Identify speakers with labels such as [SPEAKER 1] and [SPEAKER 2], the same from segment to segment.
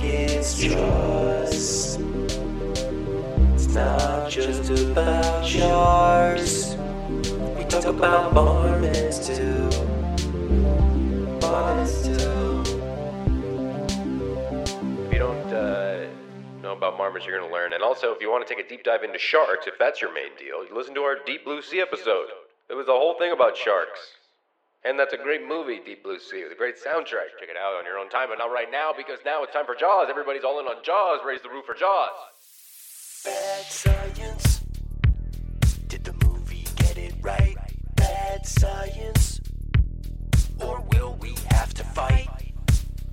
[SPEAKER 1] It's yours. It's not just about jars. We talk about Mormons too. Mormons too.
[SPEAKER 2] If you don't uh, know about Marmors, you're going to learn. And also, if you want to take a deep dive into sharks, if that's your main deal, you listen to our Deep Blue Sea episode. It was a whole thing about sharks. And that's a great movie, Deep Blue Sea, with a great soundtrack. Check it out on your own time, but not right now because now it's time for Jaws. Everybody's all in on Jaws. Raise the roof for Jaws.
[SPEAKER 1] Bad science. Did the movie get it right? Bad science. Or will we have to fight?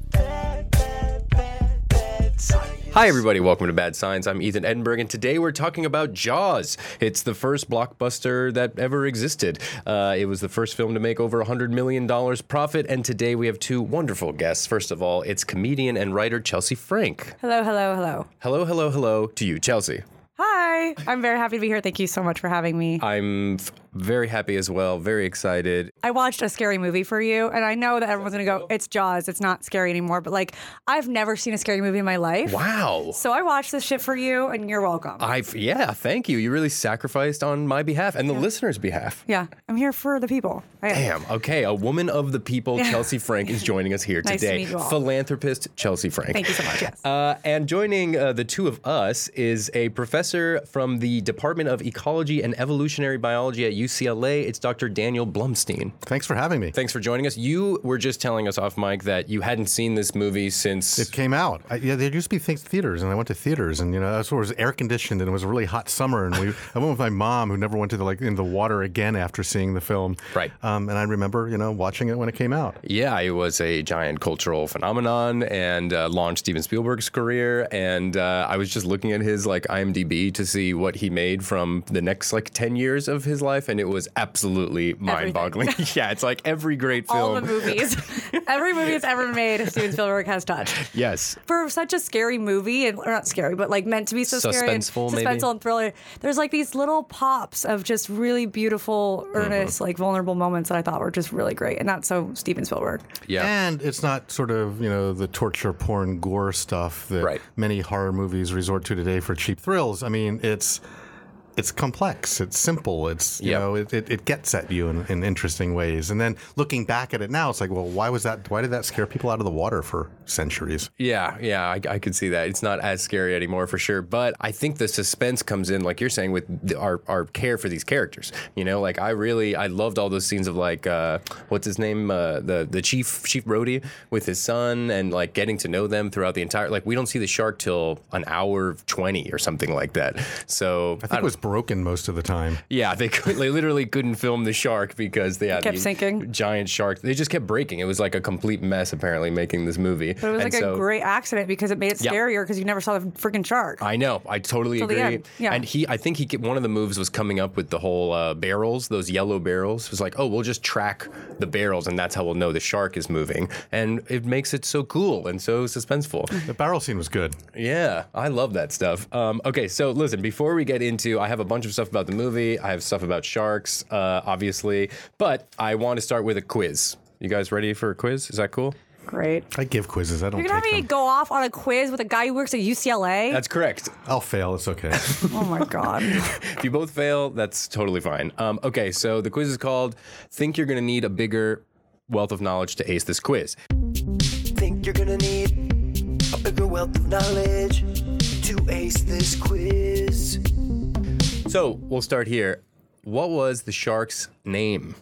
[SPEAKER 1] Bad, bad, bad, bad science.
[SPEAKER 2] Hi, everybody. Welcome to Bad Science. I'm Ethan Edinburgh, and today we're talking about Jaws. It's the first blockbuster that ever existed. Uh, it was the first film to make over $100 million profit, and today we have two wonderful guests. First of all, it's comedian and writer Chelsea Frank.
[SPEAKER 3] Hello, hello, hello.
[SPEAKER 2] Hello, hello, hello to you, Chelsea.
[SPEAKER 3] Hi. I'm very happy to be here. Thank you so much for having me.
[SPEAKER 2] I'm f- very happy as well, very excited.
[SPEAKER 3] I watched a scary movie for you, and I know that everyone's going to go, it's Jaws. It's not scary anymore. But like, I've never seen a scary movie in my life.
[SPEAKER 2] Wow.
[SPEAKER 3] So I watched this shit for you, and you're welcome.
[SPEAKER 2] I've, yeah, thank you. You really sacrificed on my behalf and the listeners' behalf.
[SPEAKER 3] yeah. I'm here for the people. I-
[SPEAKER 2] Damn. Okay, a woman of the people, Chelsea Frank, is joining us here
[SPEAKER 3] Nice to
[SPEAKER 2] today.
[SPEAKER 3] meet you all.
[SPEAKER 2] Philanthropist Chelsea Frank.
[SPEAKER 3] Thank you so much. Yes.
[SPEAKER 2] Uh, and joining uh, the two of us is a professor from the Department of Ecology and Evolutionary Biology at UCLA. It's Dr. Daniel Blumstein.
[SPEAKER 4] Thanks for having me.
[SPEAKER 2] Thanks for joining us. You were just telling us off mic that you hadn't seen this movie since.
[SPEAKER 4] It came out. I, yeah, there used to be things, theaters, and I went to theaters, and you know, that's where it was air conditioned, and it was a really hot summer, and we, I went with my mom, who never went to the like in the water again after seeing the film.
[SPEAKER 2] Right.
[SPEAKER 4] Um, and I remember, you know, watching it when it came out.
[SPEAKER 2] yeah, it was a giant cultural phenomenon and uh, launched Steven Spielberg's career. And uh, I was just looking at his like IMDb to see what he made from the next like ten years of his life, and it was absolutely mind-boggling. yeah, it's like every great film.
[SPEAKER 3] All the movies. Every movie that's ever made, Steven Spielberg has touched.
[SPEAKER 2] Yes,
[SPEAKER 3] for such a scary movie, and or not scary, but like meant to be so scary, and
[SPEAKER 2] Suspenseful,
[SPEAKER 3] suspenseful
[SPEAKER 2] maybe?
[SPEAKER 3] and thriller. There's like these little pops of just really beautiful,
[SPEAKER 2] Mm-hmm.
[SPEAKER 3] earnest, like vulnerable moments that I thought were just really great, and not so Steven Spielberg.
[SPEAKER 2] Yeah.
[SPEAKER 4] And it's not sort of, you know, the torture porn gore stuff that
[SPEAKER 2] Right.
[SPEAKER 4] many horror movies resort to today for cheap thrills. I mean, it's it's complex, it's simple, it's you
[SPEAKER 2] Yep.
[SPEAKER 4] know, it, it, it gets at you in, in interesting ways. And then looking back at it now, it's like, well, why was that why did that scare people out of the water for centuries?
[SPEAKER 2] Yeah, yeah, I, I could see that. It's not as scary anymore for sure, but I think the suspense comes in, like you're saying, with the, our our care for these characters. You know, like I really I loved all those scenes of like uh, what's his name, uh, the the chief Chief Brody with his son, and like getting to know them throughout the entire. Like we don't see the shark till an hour twenty or something like that. So
[SPEAKER 4] I think it was broken most of the time.
[SPEAKER 2] yeah, they could, they literally couldn't film the shark because they had
[SPEAKER 3] kept
[SPEAKER 2] these
[SPEAKER 3] sinking.
[SPEAKER 2] giant sharks. They just kept breaking. It was like a complete mess apparently making this movie.
[SPEAKER 3] But it was
[SPEAKER 2] And
[SPEAKER 3] like
[SPEAKER 2] so-
[SPEAKER 3] a great accident because it made it
[SPEAKER 2] Yeah.
[SPEAKER 3] scarier because you never saw the freaking shark.
[SPEAKER 2] I know. I totally
[SPEAKER 3] Till the
[SPEAKER 2] agree.
[SPEAKER 3] end, yeah.
[SPEAKER 2] And he, I think he, get- one of the moves was coming up with the whole uh, barrels, those yellow barrels. It was like, oh, we'll just track the barrels, and that's how we'll know the shark is moving. And it makes it so cool and so suspenseful.
[SPEAKER 3] Mm-hmm.
[SPEAKER 4] The barrel scene was good.
[SPEAKER 2] yeah, I love that stuff. Um, okay, so listen, before we get into, I have a bunch of stuff about the movie. I have stuff about sharks, uh, obviously, but I want to start with a quiz. You guys ready for a quiz? Is that cool?
[SPEAKER 3] Great.
[SPEAKER 4] I give quizzes. I don't
[SPEAKER 3] You're gonna
[SPEAKER 4] take
[SPEAKER 3] have me
[SPEAKER 4] them.
[SPEAKER 3] go off on a quiz with a guy who works at UCLA.
[SPEAKER 2] That's correct.
[SPEAKER 4] I'll fail. It's okay.
[SPEAKER 3] oh my god.
[SPEAKER 2] If you both fail, that's totally fine. Um, okay, so the quiz is called Think You're Gonna Need a Bigger Wealth of Knowledge to Ace This Quiz.
[SPEAKER 1] Think you're gonna need a bigger wealth of knowledge to ace this quiz.
[SPEAKER 2] So we'll start here. What was the shark's name?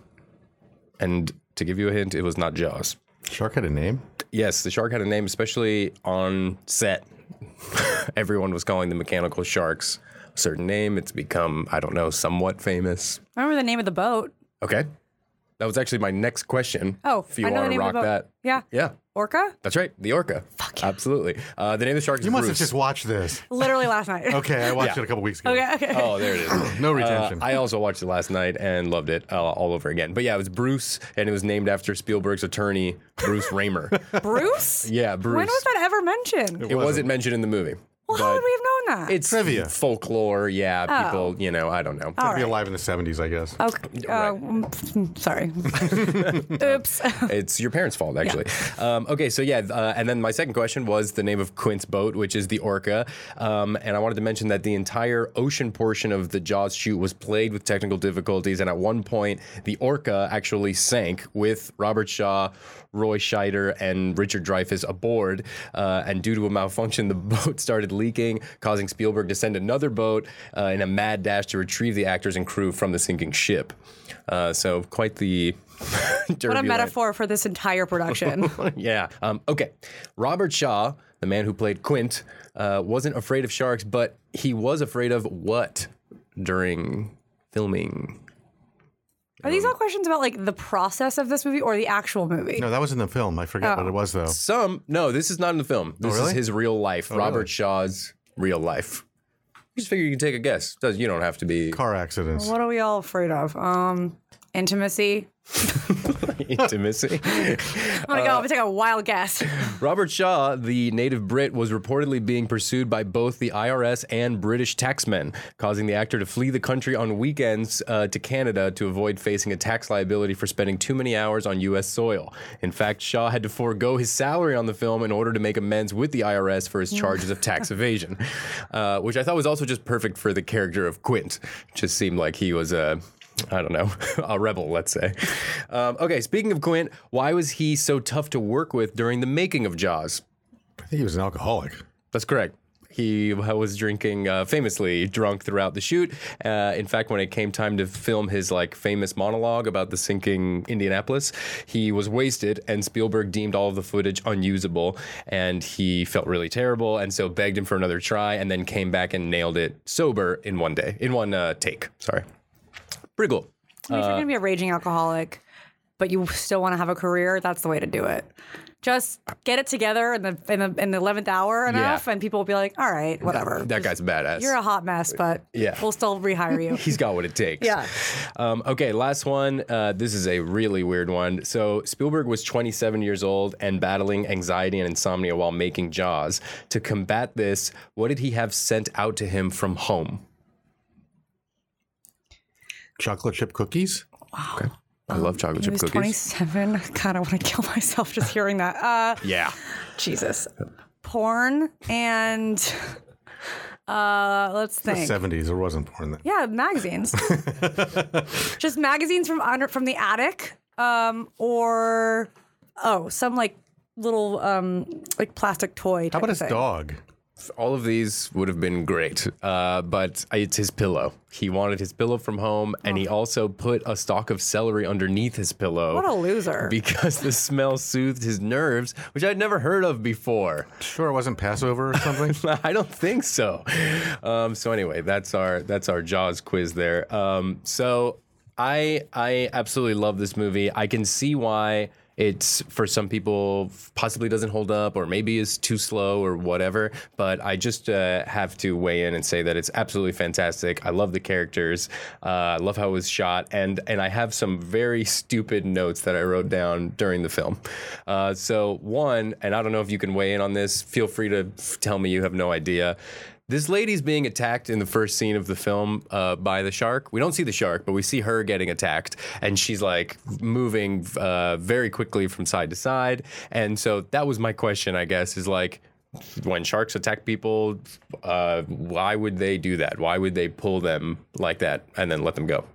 [SPEAKER 2] And to give you a hint, it was not Jaws.
[SPEAKER 4] Shark had a name.
[SPEAKER 2] Yes, the shark had a name, especially on set. Everyone was calling the mechanical sharks a certain name. It's become, I don't know, somewhat famous.
[SPEAKER 3] I remember the name of the boat.
[SPEAKER 2] Okay. That was actually my next question.
[SPEAKER 3] Oh,
[SPEAKER 2] if you
[SPEAKER 3] I know the
[SPEAKER 2] want to
[SPEAKER 3] name
[SPEAKER 2] rock
[SPEAKER 3] of the boat.
[SPEAKER 2] that.
[SPEAKER 3] Yeah.
[SPEAKER 2] Yeah.
[SPEAKER 3] Orca.
[SPEAKER 2] That's right, the orca. Fuck yeah. Absolutely. Uh, the name of the shark is
[SPEAKER 4] You must have
[SPEAKER 2] Bruce.
[SPEAKER 4] just watched this.
[SPEAKER 3] Literally last night.
[SPEAKER 4] Okay, I watched
[SPEAKER 2] Yeah.
[SPEAKER 4] it a couple weeks ago.
[SPEAKER 3] okay. Okay.
[SPEAKER 2] Oh, there it is.
[SPEAKER 4] No
[SPEAKER 2] Uh,
[SPEAKER 4] retention.
[SPEAKER 2] I also watched it last night and loved it uh, all over again. But yeah, it was Bruce, and it was named after Spielberg's attorney, Bruce Raymer.
[SPEAKER 3] Bruce.
[SPEAKER 2] yeah, Bruce.
[SPEAKER 3] When was that ever mentioned?
[SPEAKER 2] It wasn't mentioned in the movie.
[SPEAKER 3] Well, how
[SPEAKER 2] but-
[SPEAKER 3] would we have known not?
[SPEAKER 2] It's
[SPEAKER 4] Trivia.
[SPEAKER 2] folklore. Yeah,
[SPEAKER 3] Oh.
[SPEAKER 2] people. You know, I don't know.
[SPEAKER 4] I'd be alive in the 70s, I guess.
[SPEAKER 3] Okay.
[SPEAKER 2] Right.
[SPEAKER 3] Uh, mm, sorry. Oops.
[SPEAKER 2] It's your parents' fault, actually. Um, okay, so yeah, uh, and then my second question was the name of Quint's boat, which is the Orca. Um, and I wanted to mention that the entire ocean portion of the Jaws shoot was played with technical difficulties, and at one point, the Orca actually sank with Robert Shaw, Roy Scheider, and Richard Dreyfuss aboard. Uh, and due to a malfunction, the boat started leaking, causing Spielberg to send another boat uh, in a mad dash to retrieve the actors and crew from the sinking ship. Uh, so quite the.
[SPEAKER 3] What a
[SPEAKER 2] turbulent-
[SPEAKER 3] metaphor for this entire production.
[SPEAKER 2] yeah. Um, okay. Robert Shaw, the man who played Quint, uh, wasn't afraid of sharks, but he was afraid of what during filming?
[SPEAKER 3] Are these all questions about like the process of this movie or the actual movie?
[SPEAKER 4] No, that was in the film. I forget
[SPEAKER 3] Oh.
[SPEAKER 4] what it was, though.
[SPEAKER 2] Some. No, this is not in the film. This
[SPEAKER 4] Oh, really?
[SPEAKER 2] is his real life. Robert Shaw's real life. You just figure you can take a guess. Does you don't have to be
[SPEAKER 4] Car accidents.
[SPEAKER 3] What are we all afraid of? Um, intimacy.
[SPEAKER 2] intimacy.
[SPEAKER 3] I'm gonna go.
[SPEAKER 2] Uh,
[SPEAKER 3] I'm gonna take a wild guess.
[SPEAKER 2] Robert Shaw, the native Brit, was reportedly being pursued by both the IRS and British taxmen, causing the actor to flee the country on weekends uh, to Canada to avoid facing a tax liability for spending too many hours on U.S. soil. In fact, Shaw had to forego his salary on the film in order to make amends with the IRS for his charges of tax evasion, uh, which I thought was also just perfect for the character of Quint. Just seemed like he was a. I don't know, a rebel, let's say. Um, okay, speaking of Quint, why was he so tough to work with during the making of Jaws?
[SPEAKER 4] I think he was an alcoholic.
[SPEAKER 2] That's correct. He was drinking uh, famously drunk throughout the shoot. Uh, in fact, when it came time to film his like famous monologue about the sinking Indianapolis, he was wasted, and Spielberg deemed all of the footage unusable, and he felt really terrible, and so begged him for another try, and then came back and nailed it sober in one day, in one uh, take. Sorry, pretty cool.
[SPEAKER 3] I mean, if you're gonna be
[SPEAKER 2] uh,
[SPEAKER 3] a raging alcoholic, but you still want to have a career, that's the way to do it. Just get it together in the in the in the eleventh hour enough, and people will be like, "All right, whatever."
[SPEAKER 2] That guy's a badass.
[SPEAKER 3] You're a hot mess, but
[SPEAKER 2] Yeah.
[SPEAKER 3] we'll still rehire you.
[SPEAKER 2] He's got what it takes.
[SPEAKER 3] Yeah.
[SPEAKER 2] Um, okay, last one. Uh, this is a really weird one. So Spielberg was 27 years old and battling anxiety and insomnia while making Jaws. To combat this, what did he have sent out to him from home?
[SPEAKER 4] Chocolate chip cookies?
[SPEAKER 2] I love chocolate
[SPEAKER 3] Um, He
[SPEAKER 2] chip
[SPEAKER 3] was
[SPEAKER 2] cookies.
[SPEAKER 3] 27. God, I want to kill myself just hearing that. Uh,
[SPEAKER 2] Yeah.
[SPEAKER 3] Jesus. Porn and uh, let's think.
[SPEAKER 4] 70s. There wasn't porn then.
[SPEAKER 3] Yeah, magazines. Just magazines from under from the attic, um, or oh, some like little um, like plastic toy.
[SPEAKER 4] How about his dog?
[SPEAKER 2] All of these would have been great, uh, but it's his pillow. He wanted his pillow from home, and he also put a stalk of celery underneath his pillow.
[SPEAKER 3] Oh. What a loser!
[SPEAKER 2] because the smell soothed his nerves, which I'd never heard of before.
[SPEAKER 4] Sure, it wasn't Passover or something?
[SPEAKER 2] I don't think so. Um, so anyway, that's our that's our Jaws quiz there. Um, so I I absolutely love this movie. I can see why it's for some people possibly doesn't hold up or maybe is too slow or whatever but i just uh, have to weigh in and say that it's absolutely fantastic i love the characters uh, i love how it was shot and and i have some very stupid notes that i wrote down during the film uh, so one and i don't know if you can weigh in on this feel free to f- tell me you have no idea this lady's being attacked in the first scene of the film uh, by the shark. We don't see the shark, but we see her getting attacked, and she's like moving uh, very quickly from side to side. And so that was my question, I guess, is like, when sharks attack people, uh, why would they do that? Why would they pull them like that and then let them go?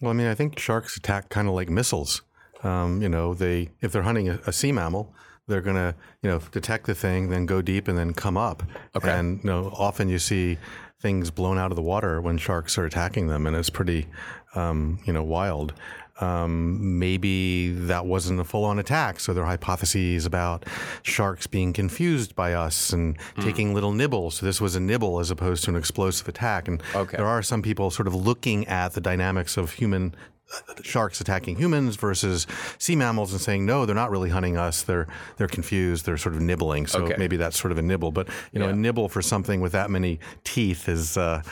[SPEAKER 4] Well, I mean, I think sharks attack kind of like missiles. Um, you know, they if they're hunting a, a sea mammal, they're gonna you know detect the thing, then go deep, and then come up. Okay. And you know, often you see things blown out of the water when sharks are attacking them, and it's pretty um, you know wild. Um, maybe that wasn't a full-on attack, so there are hypotheses about sharks being confused by us and
[SPEAKER 2] Hmm.
[SPEAKER 4] taking little nibbles. So this was a nibble as opposed to an explosive attack, and
[SPEAKER 2] Okay.
[SPEAKER 4] there are some people sort of looking at the dynamics of human uh, sharks attacking humans versus sea mammals and saying no they're not really hunting us they're they're confused they're sort of nibbling so
[SPEAKER 2] Okay.
[SPEAKER 4] maybe that's sort of a nibble but you know a
[SPEAKER 2] Yeah.
[SPEAKER 4] nibble for something with that many teeth is uh,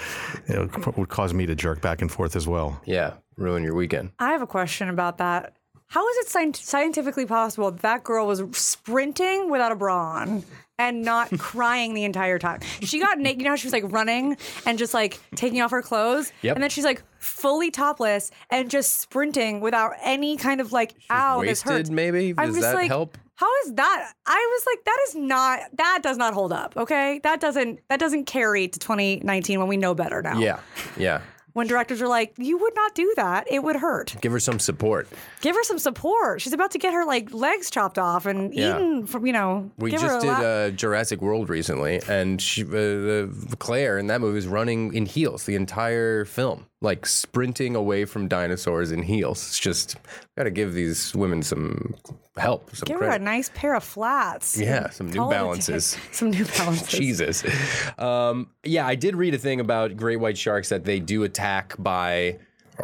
[SPEAKER 4] you know, would cause me to jerk back and forth as well
[SPEAKER 2] Yeah, ruin your weekend.
[SPEAKER 3] I have a question about that. How is it scien- scientifically possible that, that girl was sprinting without a bra on and not crying the entire time? She got naked. You know how she was like running and just like taking off her clothes,
[SPEAKER 2] Yep.
[SPEAKER 3] and then she's like fully topless and just sprinting without any kind of like, ow, this
[SPEAKER 2] wasted,
[SPEAKER 3] hurts.
[SPEAKER 2] maybe?
[SPEAKER 3] I'm
[SPEAKER 2] Does
[SPEAKER 3] just
[SPEAKER 2] that
[SPEAKER 3] like,
[SPEAKER 2] help?
[SPEAKER 3] How is that? I was like, that is not. That does not hold up. Okay, that doesn't. That doesn't carry to 2019 when we know better now.
[SPEAKER 2] Yeah, yeah.
[SPEAKER 3] When directors are like, you would not do that. It would hurt.
[SPEAKER 2] Give her some support.
[SPEAKER 3] Give her some support. She's about to get her like legs chopped off and
[SPEAKER 2] Yeah.
[SPEAKER 3] eaten from. You know.
[SPEAKER 2] We
[SPEAKER 3] give her
[SPEAKER 2] just
[SPEAKER 3] a
[SPEAKER 2] did
[SPEAKER 3] la-
[SPEAKER 2] uh, Jurassic World recently, and she, uh, the, Claire in that movie is running in heels the entire film, like sprinting away from dinosaurs in heels. It's just got to give these women some help, some
[SPEAKER 3] Give her a
[SPEAKER 2] credit.
[SPEAKER 3] nice pair of flats.
[SPEAKER 2] yeah, some New
[SPEAKER 3] Call it a day.
[SPEAKER 2] Balances.
[SPEAKER 3] Some New Balances.
[SPEAKER 2] Jesus. Um, yeah, I did read a thing about great white sharks that they do attack by.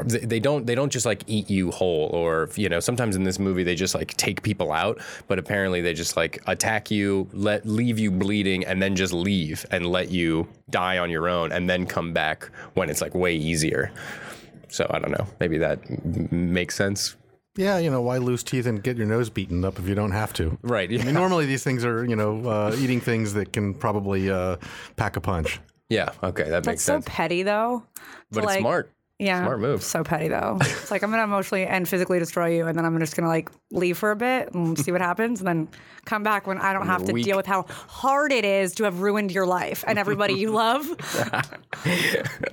[SPEAKER 2] They they don't. They don't just like eat you whole, or you know. Sometimes in this movie, they just like take people out. But apparently, they just like attack you, let leave you bleeding, and then just leave and let you die on your own, and then come back when it's like way easier. So I don't know. Maybe that m- m- makes sense.
[SPEAKER 4] Yeah, you know, why lose teeth and get your nose beaten up if you don't have to?
[SPEAKER 2] Right.
[SPEAKER 4] I
[SPEAKER 2] Yeah.
[SPEAKER 4] mean, normally these things are, you know, uh, eating things that can probably uh, pack a punch.
[SPEAKER 2] Yeah. Okay. That
[SPEAKER 3] That's
[SPEAKER 2] makes
[SPEAKER 3] so
[SPEAKER 2] sense.
[SPEAKER 3] petty though. to,
[SPEAKER 2] But it's
[SPEAKER 3] like-
[SPEAKER 2] smart.
[SPEAKER 3] Yeah.
[SPEAKER 2] Smart move.
[SPEAKER 3] So petty though. It's like I'm gonna emotionally and physically destroy you, and then I'm just gonna like leave for a bit and see what happens, and then come back when I don't have to
[SPEAKER 2] weak.
[SPEAKER 3] deal with how hard it is to have ruined your life and everybody you love.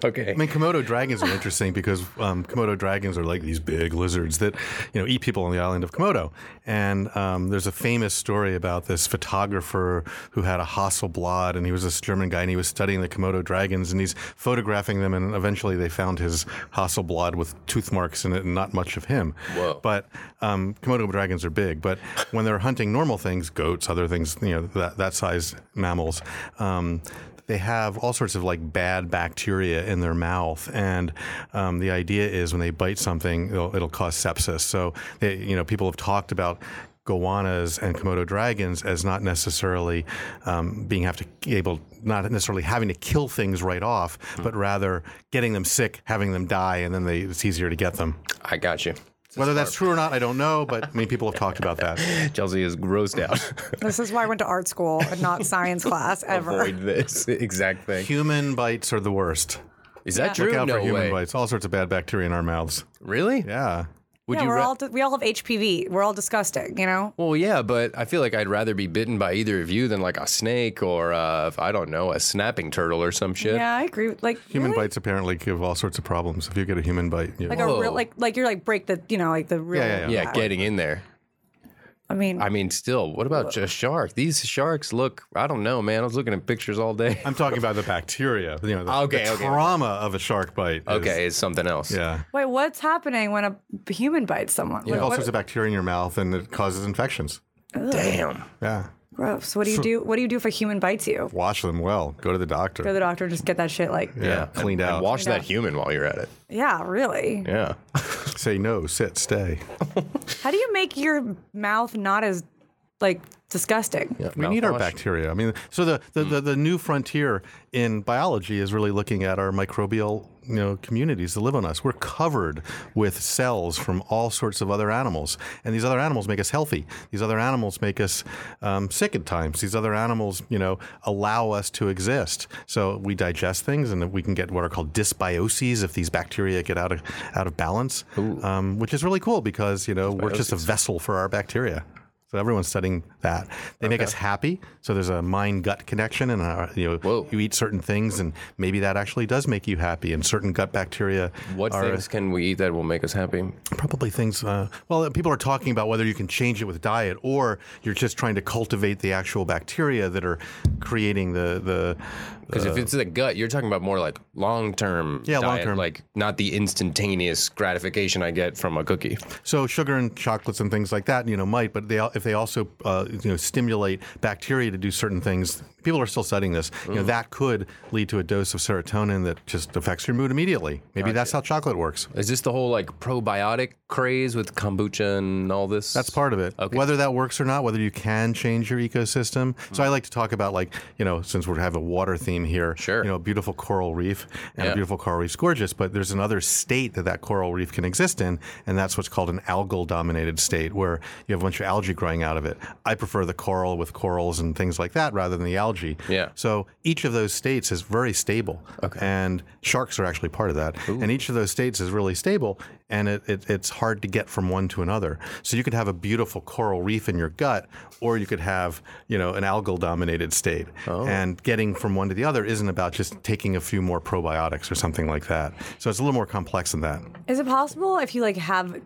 [SPEAKER 2] Okay.
[SPEAKER 4] I mean, Komodo dragons are interesting because um, Komodo dragons are like these big lizards that you know eat people on the island of Komodo. And um, there's a famous story about this photographer who had a Hasselblad, and he was this German guy, and he was studying the Komodo dragons, and he's photographing them, and eventually they found his Hasselblad with tooth marks in it, and not much of him.
[SPEAKER 2] Whoa.
[SPEAKER 4] But um, Komodo dragons are big. But when they're hunting normal things, goats, other things, you know, that, that size mammals, um, they have all sorts of like bad bacteria in their mouth. And um, the idea is when they bite something, it'll, it'll cause sepsis. So, they, you know, people have talked about goannas and Komodo dragons as not necessarily um, being have to able not necessarily having to kill things right off, but rather getting them sick, having them die, and then they, it's easier to get them.
[SPEAKER 2] I got you.
[SPEAKER 4] Whether that's true or not, I don't know, but many people have talked about that.
[SPEAKER 2] Chelsea is grossed out.
[SPEAKER 3] this is why I went to art school and not science class ever.
[SPEAKER 2] Avoid this exact thing.
[SPEAKER 4] Human bites are the worst.
[SPEAKER 2] Is that true?
[SPEAKER 4] Look out
[SPEAKER 2] no
[SPEAKER 4] for human
[SPEAKER 2] way.
[SPEAKER 4] bites. All sorts of bad bacteria in our mouths.
[SPEAKER 2] Really?
[SPEAKER 4] Yeah.
[SPEAKER 2] Would
[SPEAKER 3] yeah,
[SPEAKER 2] you?
[SPEAKER 3] we're
[SPEAKER 2] ra-
[SPEAKER 3] all we all have HPV. We're all disgusting, you know.
[SPEAKER 2] well, yeah, but I feel like I'd rather be bitten by either of you than like a snake or uh, I don't know a snapping turtle or some shit.
[SPEAKER 3] Yeah, I agree. with- Like
[SPEAKER 4] Human
[SPEAKER 3] really?
[SPEAKER 4] bites apparently give all sorts of problems. If you get a human bite, you
[SPEAKER 3] like
[SPEAKER 2] Whoa.
[SPEAKER 3] a real like like you're like break the you know like the real.
[SPEAKER 4] Yeah, yeah,
[SPEAKER 2] Yeah, getting in there.
[SPEAKER 3] I mean,
[SPEAKER 2] I mean, still, what about just shark? These sharks look. I don't know, man. I was looking at pictures all day.
[SPEAKER 4] I'm talking about the bacteria. You know, the,
[SPEAKER 2] Okay,
[SPEAKER 4] the
[SPEAKER 2] okay.
[SPEAKER 4] trauma of a shark bite. is-
[SPEAKER 2] Okay, it's something else.
[SPEAKER 4] yeah.
[SPEAKER 3] wait, what's happening when a human bites someone? Like,
[SPEAKER 4] All
[SPEAKER 3] what-
[SPEAKER 4] sorts of bacteria in your mouth, and it causes infections.
[SPEAKER 2] Damn.
[SPEAKER 4] Yeah.
[SPEAKER 3] gross. What do you do? What do you do if a human bites you?
[SPEAKER 4] Wash them well. Go to the doctor.
[SPEAKER 3] Go to the doctor and just get that shit like
[SPEAKER 4] yeah. Cleaned
[SPEAKER 2] And
[SPEAKER 4] out.
[SPEAKER 2] wash that
[SPEAKER 3] out.
[SPEAKER 2] human while you're at it.
[SPEAKER 3] Yeah, really.
[SPEAKER 2] Yeah.
[SPEAKER 4] Say no. Sit. Stay.
[SPEAKER 3] How do you make your mouth not as like disgusting?
[SPEAKER 4] We need our
[SPEAKER 2] Mouthwash.
[SPEAKER 4] bacteria. I mean, so the, the, the, the new frontier in biology is really looking at our microbial you know, communities that live on us. We're covered with cells from all sorts of other animals, and these other animals make us healthy. These other animals make us um, sick at times. These other animals, you know, allow us to exist. So we digest things, and we can get what are called dysbioses if these bacteria get out of out of balance, um, which is really cool because you know we're just a vessel for our bacteria. So everyone's studying that. They make us happy. So there's a mind gut connection, and uh, you know
[SPEAKER 2] Whoa.
[SPEAKER 4] you eat certain things, and maybe that actually does make you happy. And certain gut bacteria
[SPEAKER 2] What
[SPEAKER 4] are
[SPEAKER 2] things can we eat that will make us happy?
[SPEAKER 4] probably things. Uh, well, people are talking about whether you can change it with diet, or you're just trying to cultivate the actual bacteria that are creating the the.
[SPEAKER 2] Because if it's the gut, you're talking about more like long term.
[SPEAKER 4] Yeah, long-term.
[SPEAKER 2] Like not the instantaneous gratification I get from a cookie.
[SPEAKER 4] So sugar and chocolates and things like that, you know, might, but they al- if they also uh, you know stimulate bacteria to do certain things, people are still studying this. You know, that could lead to a dose of serotonin that just affects your mood immediately. Maybe that's how chocolate works.
[SPEAKER 2] Is this the whole like probiotic craze with kombucha and all this?
[SPEAKER 4] That's part of it. Whether that works or not, whether you can change your ecosystem. So
[SPEAKER 2] Mm.
[SPEAKER 4] I like to talk about like you know since we have a water theme here.
[SPEAKER 2] Sure.
[SPEAKER 4] You know, beautiful coral reef and
[SPEAKER 2] Yeah.
[SPEAKER 4] a beautiful coral reef's gorgeous, but there's another state that that coral reef can exist in, and that's what's called an algal dominated state where you have a bunch of algae growing out of it. I prefer the coral with corals and things like that rather than the algae.
[SPEAKER 2] Yeah.
[SPEAKER 4] So each of those states is very stable. Okay. And sharks are actually part of that. And each of those states is really stable and it, it, it's hard to get from one to another. So you could have a beautiful coral reef in your gut or you could have, you know, an algal dominated state. And getting from one to the other isn't about just taking a few more probiotics or something like that. So it's a little more complex than that.
[SPEAKER 3] Is it possible if you like have,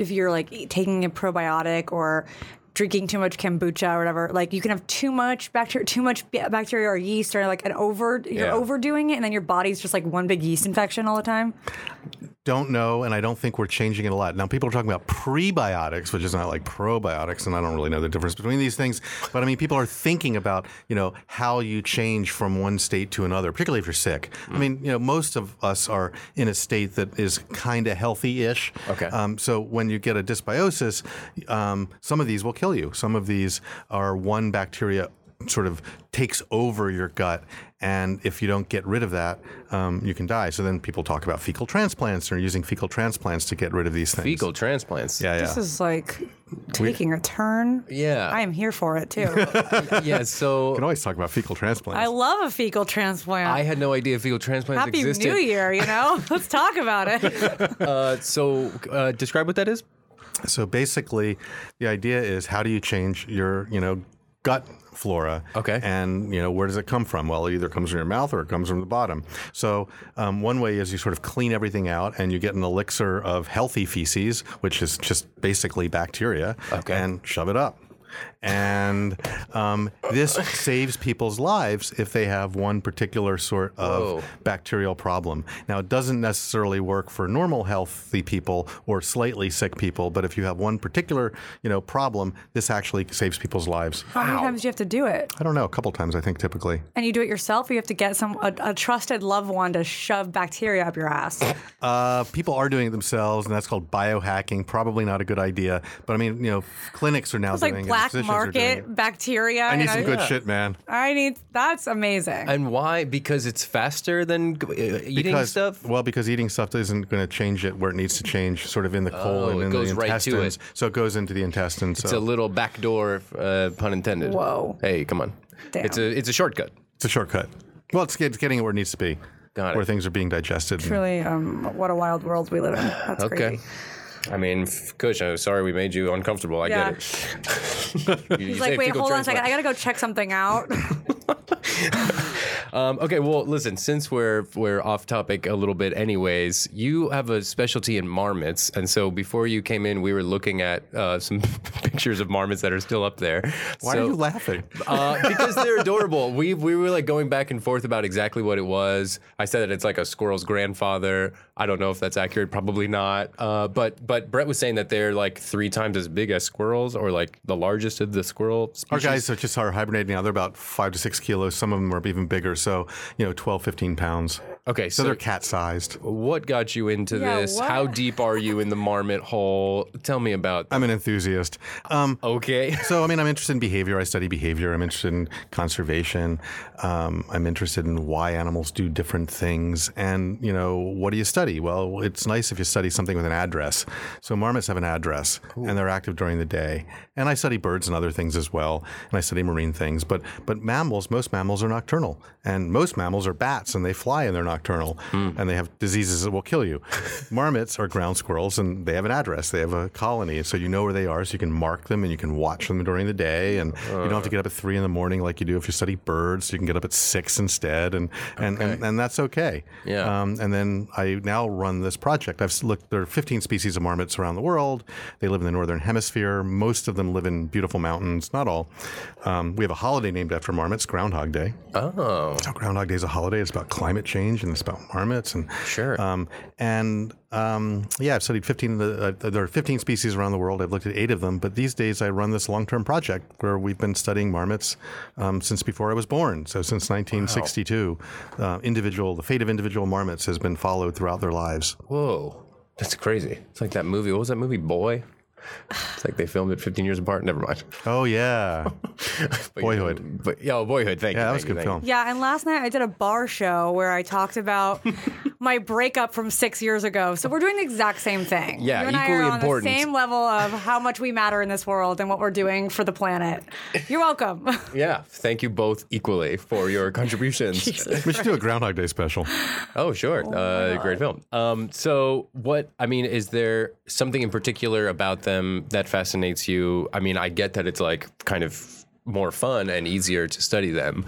[SPEAKER 3] if you're like e- taking a probiotic or drinking too much kombucha or whatever, like you can have too much bacteria, too much b- bacteria or yeast or like an over, you're
[SPEAKER 2] Yeah.
[SPEAKER 3] overdoing it, and then your body's just like one big yeast infection all the time.
[SPEAKER 4] don't know, and I don't think we're changing it a lot. Now, people are talking about prebiotics, which is not like probiotics, and I don't really know the difference between these things. But I mean, people are thinking about you know how you change from one state to another, particularly if you're sick. I mean, you know, most of us are in a state that is kind of healthy-ish.
[SPEAKER 2] Okay.
[SPEAKER 4] Um, so when you get a dysbiosis, um, some of these will kill you. Some of these are one bacteria sort of takes over your gut. And if you don't get rid of that, um, you can die. So then people talk about fecal transplants or using fecal transplants to get rid of these things.
[SPEAKER 2] fecal transplants.
[SPEAKER 4] Yeah, yeah.
[SPEAKER 3] This is like taking a turn.
[SPEAKER 2] Yeah.
[SPEAKER 3] I am here for it too.
[SPEAKER 2] yeah. So
[SPEAKER 4] you can always talk about fecal transplants.
[SPEAKER 3] I love a fecal transplant.
[SPEAKER 2] I had no idea fecal transplants
[SPEAKER 3] Happy
[SPEAKER 2] existed.
[SPEAKER 3] New Year, you know? Let's talk about it.
[SPEAKER 2] Uh, so uh, describe what that is.
[SPEAKER 4] So basically, the idea is how do you change your, you know, gut flora?
[SPEAKER 2] Okay.
[SPEAKER 4] And you know, where does it come from? Well, it either comes from your mouth or it comes from the bottom. So um, one way is you sort of clean everything out, and you get an elixir of healthy feces, which is just basically bacteria,
[SPEAKER 2] Okay.
[SPEAKER 4] and shove it up. And um, this saves people's lives if they have one particular sort of
[SPEAKER 2] Whoa.
[SPEAKER 4] bacterial problem. Now, it doesn't necessarily work for normal healthy people or slightly sick people, but if you have one particular, you know, problem, this actually saves people's lives.
[SPEAKER 3] How many times do you have to do it?
[SPEAKER 4] I don't know, a couple times I think typically.
[SPEAKER 3] And you do it yourself, or you have to get some a, a trusted loved one to shove bacteria up your ass.
[SPEAKER 4] Uh, people are doing it themselves, and that's called biohacking. Probably not a good idea, but I mean, you know, clinics are now
[SPEAKER 3] It's
[SPEAKER 4] doing
[SPEAKER 3] like
[SPEAKER 4] it.
[SPEAKER 3] black
[SPEAKER 4] physicians are doing
[SPEAKER 3] market
[SPEAKER 4] it.
[SPEAKER 3] bacteria.
[SPEAKER 4] I need
[SPEAKER 3] and
[SPEAKER 4] some good
[SPEAKER 2] Yeah.
[SPEAKER 4] shit, man.
[SPEAKER 3] I need that's amazing.
[SPEAKER 2] And why? Because it's faster than g- uh, eating
[SPEAKER 4] because,
[SPEAKER 2] stuff.
[SPEAKER 4] Well, because eating stuff isn't going to change it where it needs to change, sort of in the colon
[SPEAKER 2] Oh, it
[SPEAKER 4] and
[SPEAKER 2] goes
[SPEAKER 4] in the
[SPEAKER 2] right to
[SPEAKER 4] intestines.
[SPEAKER 2] it.
[SPEAKER 4] So it goes into the intestines.
[SPEAKER 2] It's a
[SPEAKER 4] so
[SPEAKER 2] little backdoor, uh, pun intended.
[SPEAKER 3] Whoa.
[SPEAKER 2] Hey, come on.
[SPEAKER 3] Damn.
[SPEAKER 2] It's a it's a shortcut.
[SPEAKER 4] it's a shortcut. Well, it's, it's getting it where it needs to be.
[SPEAKER 2] Got it.
[SPEAKER 4] Where things are being digested. and-
[SPEAKER 3] really, um, what a wild world we live in. That's
[SPEAKER 2] Okay.
[SPEAKER 3] crazy.
[SPEAKER 2] I mean, f- Kush, I'm sorry we made you uncomfortable. I
[SPEAKER 3] Yeah.
[SPEAKER 2] get it. You- you
[SPEAKER 3] He's
[SPEAKER 2] say
[SPEAKER 3] like, wait,
[SPEAKER 2] fecal
[SPEAKER 3] hold on a second.
[SPEAKER 2] transplant.
[SPEAKER 3] I gotta go check something out.
[SPEAKER 2] Um, okay, well, listen. Since we're we're off topic a little bit, anyways, you have a specialty in marmots, and so before you came in, we were looking at uh, some pictures of marmots that are still up there.
[SPEAKER 4] Why
[SPEAKER 2] So-
[SPEAKER 4] are you laughing?
[SPEAKER 2] uh, because they're adorable. We we were like going back and forth about exactly what it was. I said that it's like a squirrel's grandfather. I don't know if that's accurate. Probably not. Uh, but but Brett was saying that they're like three times as big as squirrels, or like the largest of the squirrel
[SPEAKER 4] Our
[SPEAKER 2] species.
[SPEAKER 4] guys are just are hibernating now. They're about five to six kilos. Some of them are even bigger. So, you know, 12, 15 pounds.
[SPEAKER 2] Okay, Oh,
[SPEAKER 4] So,
[SPEAKER 2] so,
[SPEAKER 4] they're cat sized.
[SPEAKER 2] what got you into
[SPEAKER 3] Yeah,
[SPEAKER 2] this?
[SPEAKER 3] what?
[SPEAKER 2] How deep are you in the marmot hole? Tell me about. That.
[SPEAKER 4] I'm an enthusiast. Um,
[SPEAKER 2] Okay.
[SPEAKER 4] so, I mean, I'm interested in behavior. I study behavior. I'm interested in conservation. Um, I'm interested in why animals do different things. And, you know, what do you study? Well, it's nice if you study something with an address. So, marmots have an address and they're active during the day. And I study birds and other things as well. And I study marine things. But, but mammals, most mammals are nocturnal. And most mammals are bats and they fly and they're nocturnal and they have diseases that will kill you. Marmots are ground squirrels and they have an address. They have a colony. So you know where they are. So you can mark them and you can watch them during the day. And you don't have to get up at three in the morning like you do if you study birds. You can get up at six instead. And, and, and, and that's okay.
[SPEAKER 2] Yeah.
[SPEAKER 4] Um, and then I now run this project. I've s- looked, there are 15 species of marmots around the world. They live in the northern hemisphere. Most of them live in beautiful mountains, not all. Um, we have a holiday named after marmots, Groundhog Day.
[SPEAKER 2] Oh.
[SPEAKER 4] So Groundhog Day is a holiday. It's about climate change range, and it's about marmots and
[SPEAKER 2] Sure.
[SPEAKER 4] Um, and um, yeah, I've studied 15. Of the, uh, there are 15 species around the world. I've looked at eight of them, but these days I run this long-term project where we've been studying marmots um, since before I was born. So since 1962, uh, individual the fate of individual marmots has been followed throughout their lives.
[SPEAKER 2] Whoa, that's crazy. It's like that movie. What was that movie, Boy? It's like they filmed it 15 years apart. Never mind.
[SPEAKER 4] Oh yeah,
[SPEAKER 2] But-
[SPEAKER 4] Boyhood.
[SPEAKER 2] But yeah, oh, Boyhood. Thank you.
[SPEAKER 4] yeah, that
[SPEAKER 2] thank
[SPEAKER 4] was
[SPEAKER 2] you,
[SPEAKER 4] a good
[SPEAKER 2] thank you.
[SPEAKER 4] film.
[SPEAKER 3] Yeah, and last night I did a bar show where I talked about my breakup from six years ago. So we're doing the exact same thing.
[SPEAKER 2] Yeah,
[SPEAKER 3] you and I
[SPEAKER 2] equally
[SPEAKER 3] are on
[SPEAKER 2] important.
[SPEAKER 3] the same level of how much we matter in this world and what we're doing for the planet. You're welcome.
[SPEAKER 2] Yeah, thank you both equally for your contributions.
[SPEAKER 4] We should do a Groundhog Day special.
[SPEAKER 2] oh, sure, uh, great film. Um, so, what I mean is there something in particular about them that fascinates you? I mean, I get that it's like kind of more fun and easier to study them.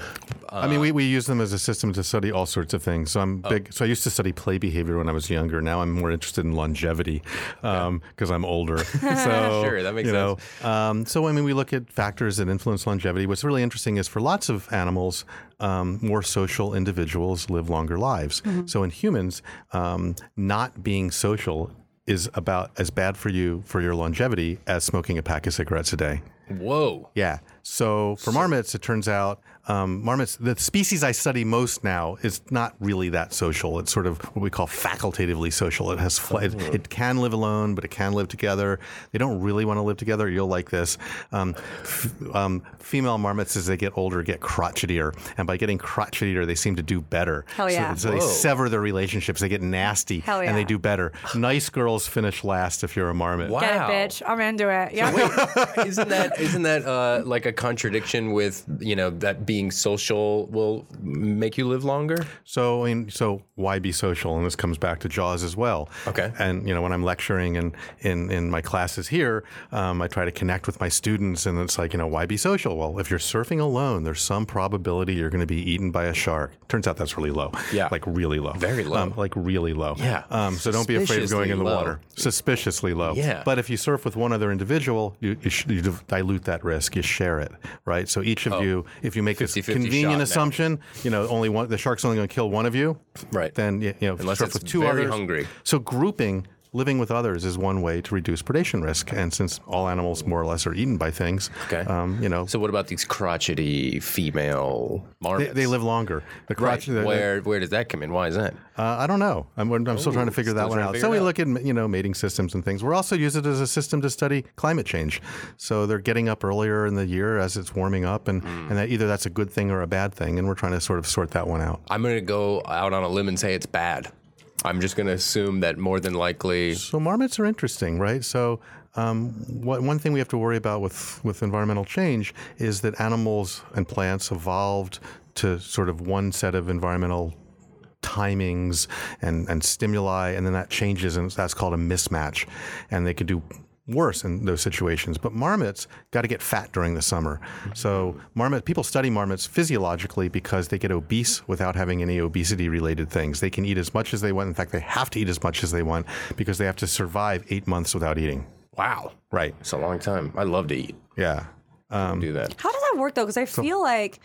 [SPEAKER 2] Uh,
[SPEAKER 4] I mean, we, we use them as a system to study all sorts of things. So
[SPEAKER 2] Oh.
[SPEAKER 4] I'm big. So I used to study play behavior when I was younger. Now I'm more interested in longevity because I'm older. So
[SPEAKER 2] Sure, that makes
[SPEAKER 4] you know, Um, so I mean, we look at factors that influence longevity. What's really interesting is for lots of animals, um, more social individuals live longer lives.
[SPEAKER 2] Mm-hmm.
[SPEAKER 4] So in humans, um, not being social is about as bad for you for your longevity as smoking a pack of cigarettes a day.
[SPEAKER 2] Whoa.
[SPEAKER 4] Yeah. So for marmots, it turns out um, marmots, the species I study most now, is not really that social. It's sort of what we call facultatively social. It has fl- it,
[SPEAKER 3] Hmm.
[SPEAKER 4] it can live alone, but it can live together. They don't really want to live together. You'll like this. Um, f- um, female marmots, as they get older, get crotchetier, and by getting crotchetier, they seem to do better.
[SPEAKER 3] Hell
[SPEAKER 4] So-
[SPEAKER 3] yeah.
[SPEAKER 4] So, they sever their relationships. They get nasty,
[SPEAKER 3] Hell
[SPEAKER 4] and they
[SPEAKER 3] yeah.
[SPEAKER 4] do better. Nice girls finish last if you're a marmot.
[SPEAKER 2] Wow.
[SPEAKER 3] Get it, bitch. I'm into it. Yeah.
[SPEAKER 2] isn't that isn't that uh, like a contradiction with you know that being social will make you live longer?
[SPEAKER 4] So, I mean, so why be social? And this comes back to Jaws as well.
[SPEAKER 2] Okay.
[SPEAKER 4] And you know, when I'm lecturing and in in my classes here, um, I try to connect with my students, and it's like, you know, why be social? Well, if you're surfing alone, there's some probability you're going to be eaten by a shark. Turns out that's really low.
[SPEAKER 2] Yeah.
[SPEAKER 4] Like really low.
[SPEAKER 2] Very low.
[SPEAKER 4] Um, like really low.
[SPEAKER 2] Yeah.
[SPEAKER 4] Um, so don't be afraid of going in the
[SPEAKER 2] Suspiciously low.
[SPEAKER 4] water. Suspiciously low.
[SPEAKER 2] Yeah.
[SPEAKER 4] But if you surf with one other individual, you, you, sh- you dilute that risk. You share it, right? So each of you, if you make
[SPEAKER 2] 50-50
[SPEAKER 4] this
[SPEAKER 2] Oh. shot
[SPEAKER 4] convenient
[SPEAKER 2] now.
[SPEAKER 4] assumption assumption, you know, only one the shark's only going to kill one of you.
[SPEAKER 2] Right.
[SPEAKER 4] Then you you know,
[SPEAKER 2] Unless
[SPEAKER 4] surf
[SPEAKER 2] it's
[SPEAKER 4] with two
[SPEAKER 2] very
[SPEAKER 4] others.
[SPEAKER 2] hungry.
[SPEAKER 4] So grouping, living with others is one way to reduce predation risk. And since all animals more or less are eaten by things,
[SPEAKER 2] Okay.
[SPEAKER 4] um, you know,
[SPEAKER 2] So what about these crotchety female
[SPEAKER 4] they,
[SPEAKER 2] marmots?
[SPEAKER 4] they live longer. The crotch,
[SPEAKER 2] right.
[SPEAKER 4] the- the-
[SPEAKER 2] Where where does that come in? Why is that?
[SPEAKER 4] Uh, I don't know. I'm, I'm still trying to figure that
[SPEAKER 2] still
[SPEAKER 4] one
[SPEAKER 2] trying to
[SPEAKER 4] out.
[SPEAKER 2] figure
[SPEAKER 4] So
[SPEAKER 2] it
[SPEAKER 4] we
[SPEAKER 2] out.
[SPEAKER 4] look at you know mating systems and things. We're also use it as a system to study climate change. So they're getting up earlier in the year as it's warming up, and
[SPEAKER 2] Hmm.
[SPEAKER 4] and that either that's a good thing or a bad thing. And we're trying to sort of sort that one out.
[SPEAKER 2] I'm gonna go out on a limb and say it's bad. I'm just gonna assume that more than likely.
[SPEAKER 4] So marmots are interesting, right? So um, what, one thing we have to worry about with, with environmental change is that animals and plants evolved to sort of one set of environmental timings and, and stimuli, and then that changes, and that's called a mismatch. And they could do worse in those situations. But marmots got to get fat during the summer. So marmot people study marmots physiologically because they get obese without having any obesity related things. They can eat as much as they want. In fact, they have to eat as much as they want because they have to survive 8 months without eating.
[SPEAKER 2] Wow.
[SPEAKER 4] Right.
[SPEAKER 2] It's a long time. I love to eat.
[SPEAKER 4] Yeah. Um,
[SPEAKER 2] do that.
[SPEAKER 3] How does that work though? Because I feel like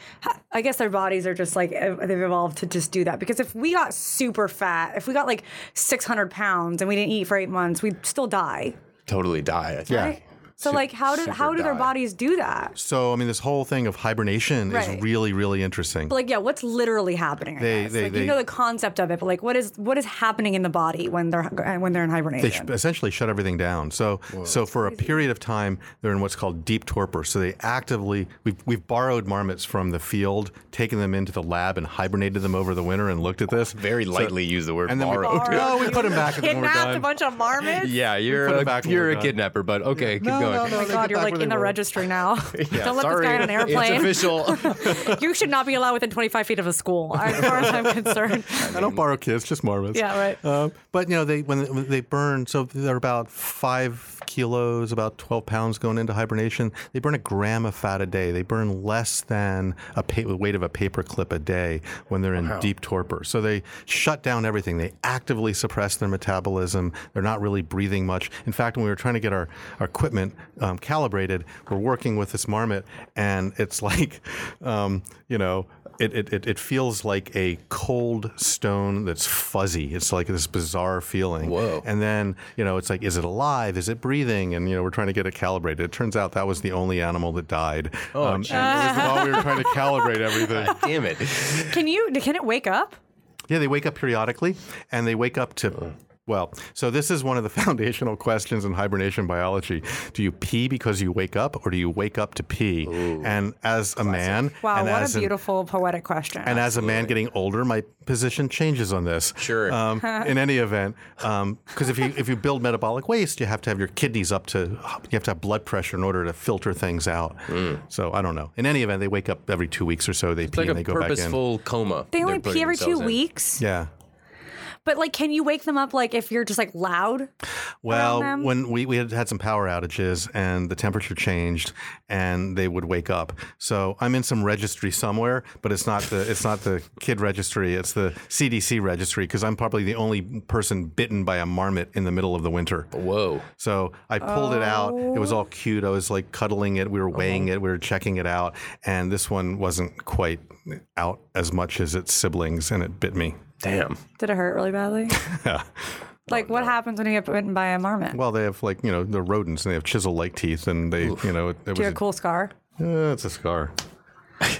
[SPEAKER 3] I guess their bodies are just like ev- they've evolved to just do that. Because if we got super fat, if we got like 600 pounds and we didn't eat for eight months, we'd still die.
[SPEAKER 2] Totally die. I think.
[SPEAKER 4] Yeah.
[SPEAKER 3] Right? So
[SPEAKER 2] Su-
[SPEAKER 3] like how do
[SPEAKER 2] super
[SPEAKER 3] how do their
[SPEAKER 2] die.
[SPEAKER 3] bodies do that?
[SPEAKER 4] So I mean this whole thing of hibernation
[SPEAKER 3] Right.
[SPEAKER 4] is really really interesting.
[SPEAKER 3] But, like yeah, what's literally happening? I
[SPEAKER 4] They-
[SPEAKER 3] guess?
[SPEAKER 4] they-
[SPEAKER 3] like
[SPEAKER 4] they-
[SPEAKER 3] you know the concept of it, but like what is what is happening in the body when they're uh, when they're in
[SPEAKER 4] they sh-
[SPEAKER 3] hibernation?
[SPEAKER 4] essentially shut everything down. So, so for a period of time, they're in what's called deep torpor. So they actively we've we've borrowed marmots from the field, taken them into the lab, and hibernated them over the winter, and looked at this
[SPEAKER 2] Very
[SPEAKER 4] So-
[SPEAKER 2] lightly use the word
[SPEAKER 4] and then we-
[SPEAKER 2] borrowed.
[SPEAKER 4] Borrowed. No, we put 'em back and then we're
[SPEAKER 3] Kidnapped a
[SPEAKER 4] done.
[SPEAKER 3] bunch of marmots.
[SPEAKER 2] yeah,
[SPEAKER 4] put
[SPEAKER 2] you're
[SPEAKER 4] it back
[SPEAKER 2] a,
[SPEAKER 4] when
[SPEAKER 2] you're
[SPEAKER 4] we're
[SPEAKER 2] a
[SPEAKER 4] done.
[SPEAKER 2] kidnapper, but okay, keep
[SPEAKER 4] No,
[SPEAKER 2] going.
[SPEAKER 4] no, no.
[SPEAKER 3] Oh my
[SPEAKER 4] they
[SPEAKER 3] God,
[SPEAKER 4] get
[SPEAKER 3] you're
[SPEAKER 4] back
[SPEAKER 3] like
[SPEAKER 4] where
[SPEAKER 3] in
[SPEAKER 4] they
[SPEAKER 3] the
[SPEAKER 4] were.
[SPEAKER 3] registry now. Don't let
[SPEAKER 2] Sorry.
[SPEAKER 3] this guy on an airplane.
[SPEAKER 2] It's official.
[SPEAKER 3] You should not be allowed within 25 feet of a school, as far as I'm concerned.
[SPEAKER 4] I don't borrow kids, just marmots.
[SPEAKER 3] Yeah, right.
[SPEAKER 4] Um, but you know they when they burn, so they're about five kilos, about 12 pounds going into hibernation. They burn a gram of fat a day. They burn less than a pa- the weight of a paperclip a day when they're in deep torpor. So they shut down everything. They actively suppress their metabolism. They're not really breathing much. In fact, when we were trying to get our, our equipment um, calibrated, we're working with this marmot, and it's like, um, you know, it, it, it, it feels like a cold stone that's fuzzy. It's like this bizarre feeling.
[SPEAKER 2] Whoa.
[SPEAKER 4] And then, you know, it's like, is it alive? Is it breathing? And, you know, we're trying to get it calibrated. It turns out that was the only animal that died. Oh, um, and it was while we were trying to calibrate everything.
[SPEAKER 2] Damn it.
[SPEAKER 3] Can you? Can it wake up?
[SPEAKER 4] Yeah, they wake up periodically and they wake up to. Well, so this is one of the foundational questions in hibernation biology. Do you pee because you wake up, or do you wake up to pee? and as a man,
[SPEAKER 3] Wow,
[SPEAKER 4] and
[SPEAKER 3] what
[SPEAKER 4] as
[SPEAKER 3] a
[SPEAKER 4] an-
[SPEAKER 3] beautiful poetic question.
[SPEAKER 4] and as a man getting older, my position changes on this.
[SPEAKER 2] Sure.
[SPEAKER 4] Um, in any event, because if you if you build metabolic waste, you have to have your kidneys up to you have to have blood pressure in order to filter things out. So I don't know. In any event, they wake up every two weeks or so. They
[SPEAKER 2] Hmm.
[SPEAKER 4] pee
[SPEAKER 2] It's like
[SPEAKER 4] and they
[SPEAKER 2] a
[SPEAKER 4] go
[SPEAKER 2] purposeful coma.
[SPEAKER 3] they
[SPEAKER 2] they're
[SPEAKER 3] only pee
[SPEAKER 2] putting
[SPEAKER 3] every
[SPEAKER 2] themselves
[SPEAKER 3] two
[SPEAKER 2] in.
[SPEAKER 3] weeks.
[SPEAKER 4] back in. Yeah.
[SPEAKER 3] But like, can you wake them up? Like, if you're just like loud.
[SPEAKER 4] Well,
[SPEAKER 3] them?
[SPEAKER 4] when we, we had had some power outages and the temperature changed and they would wake up. So I'm in some registry somewhere, but it's not the it's not the kid registry, it's the CDC registry because I'm probably the only person bitten by a marmot in the middle of the winter.
[SPEAKER 2] Whoa.
[SPEAKER 4] So I pulled it out. It was all cute. I was like cuddling it. We were weighing it. We were checking it out. And this one wasn't quite out as much as its siblings and it bit me.
[SPEAKER 2] Damn.
[SPEAKER 3] Did it hurt really badly?
[SPEAKER 4] Oh,
[SPEAKER 3] like, what happens when you get bitten by a marmot?
[SPEAKER 4] Well, they have like, you know, they're rodents and they have chisel like teeth and they, you know, it, it
[SPEAKER 3] Do you
[SPEAKER 4] was
[SPEAKER 3] have a cool scar?
[SPEAKER 4] Uh, it's a scar.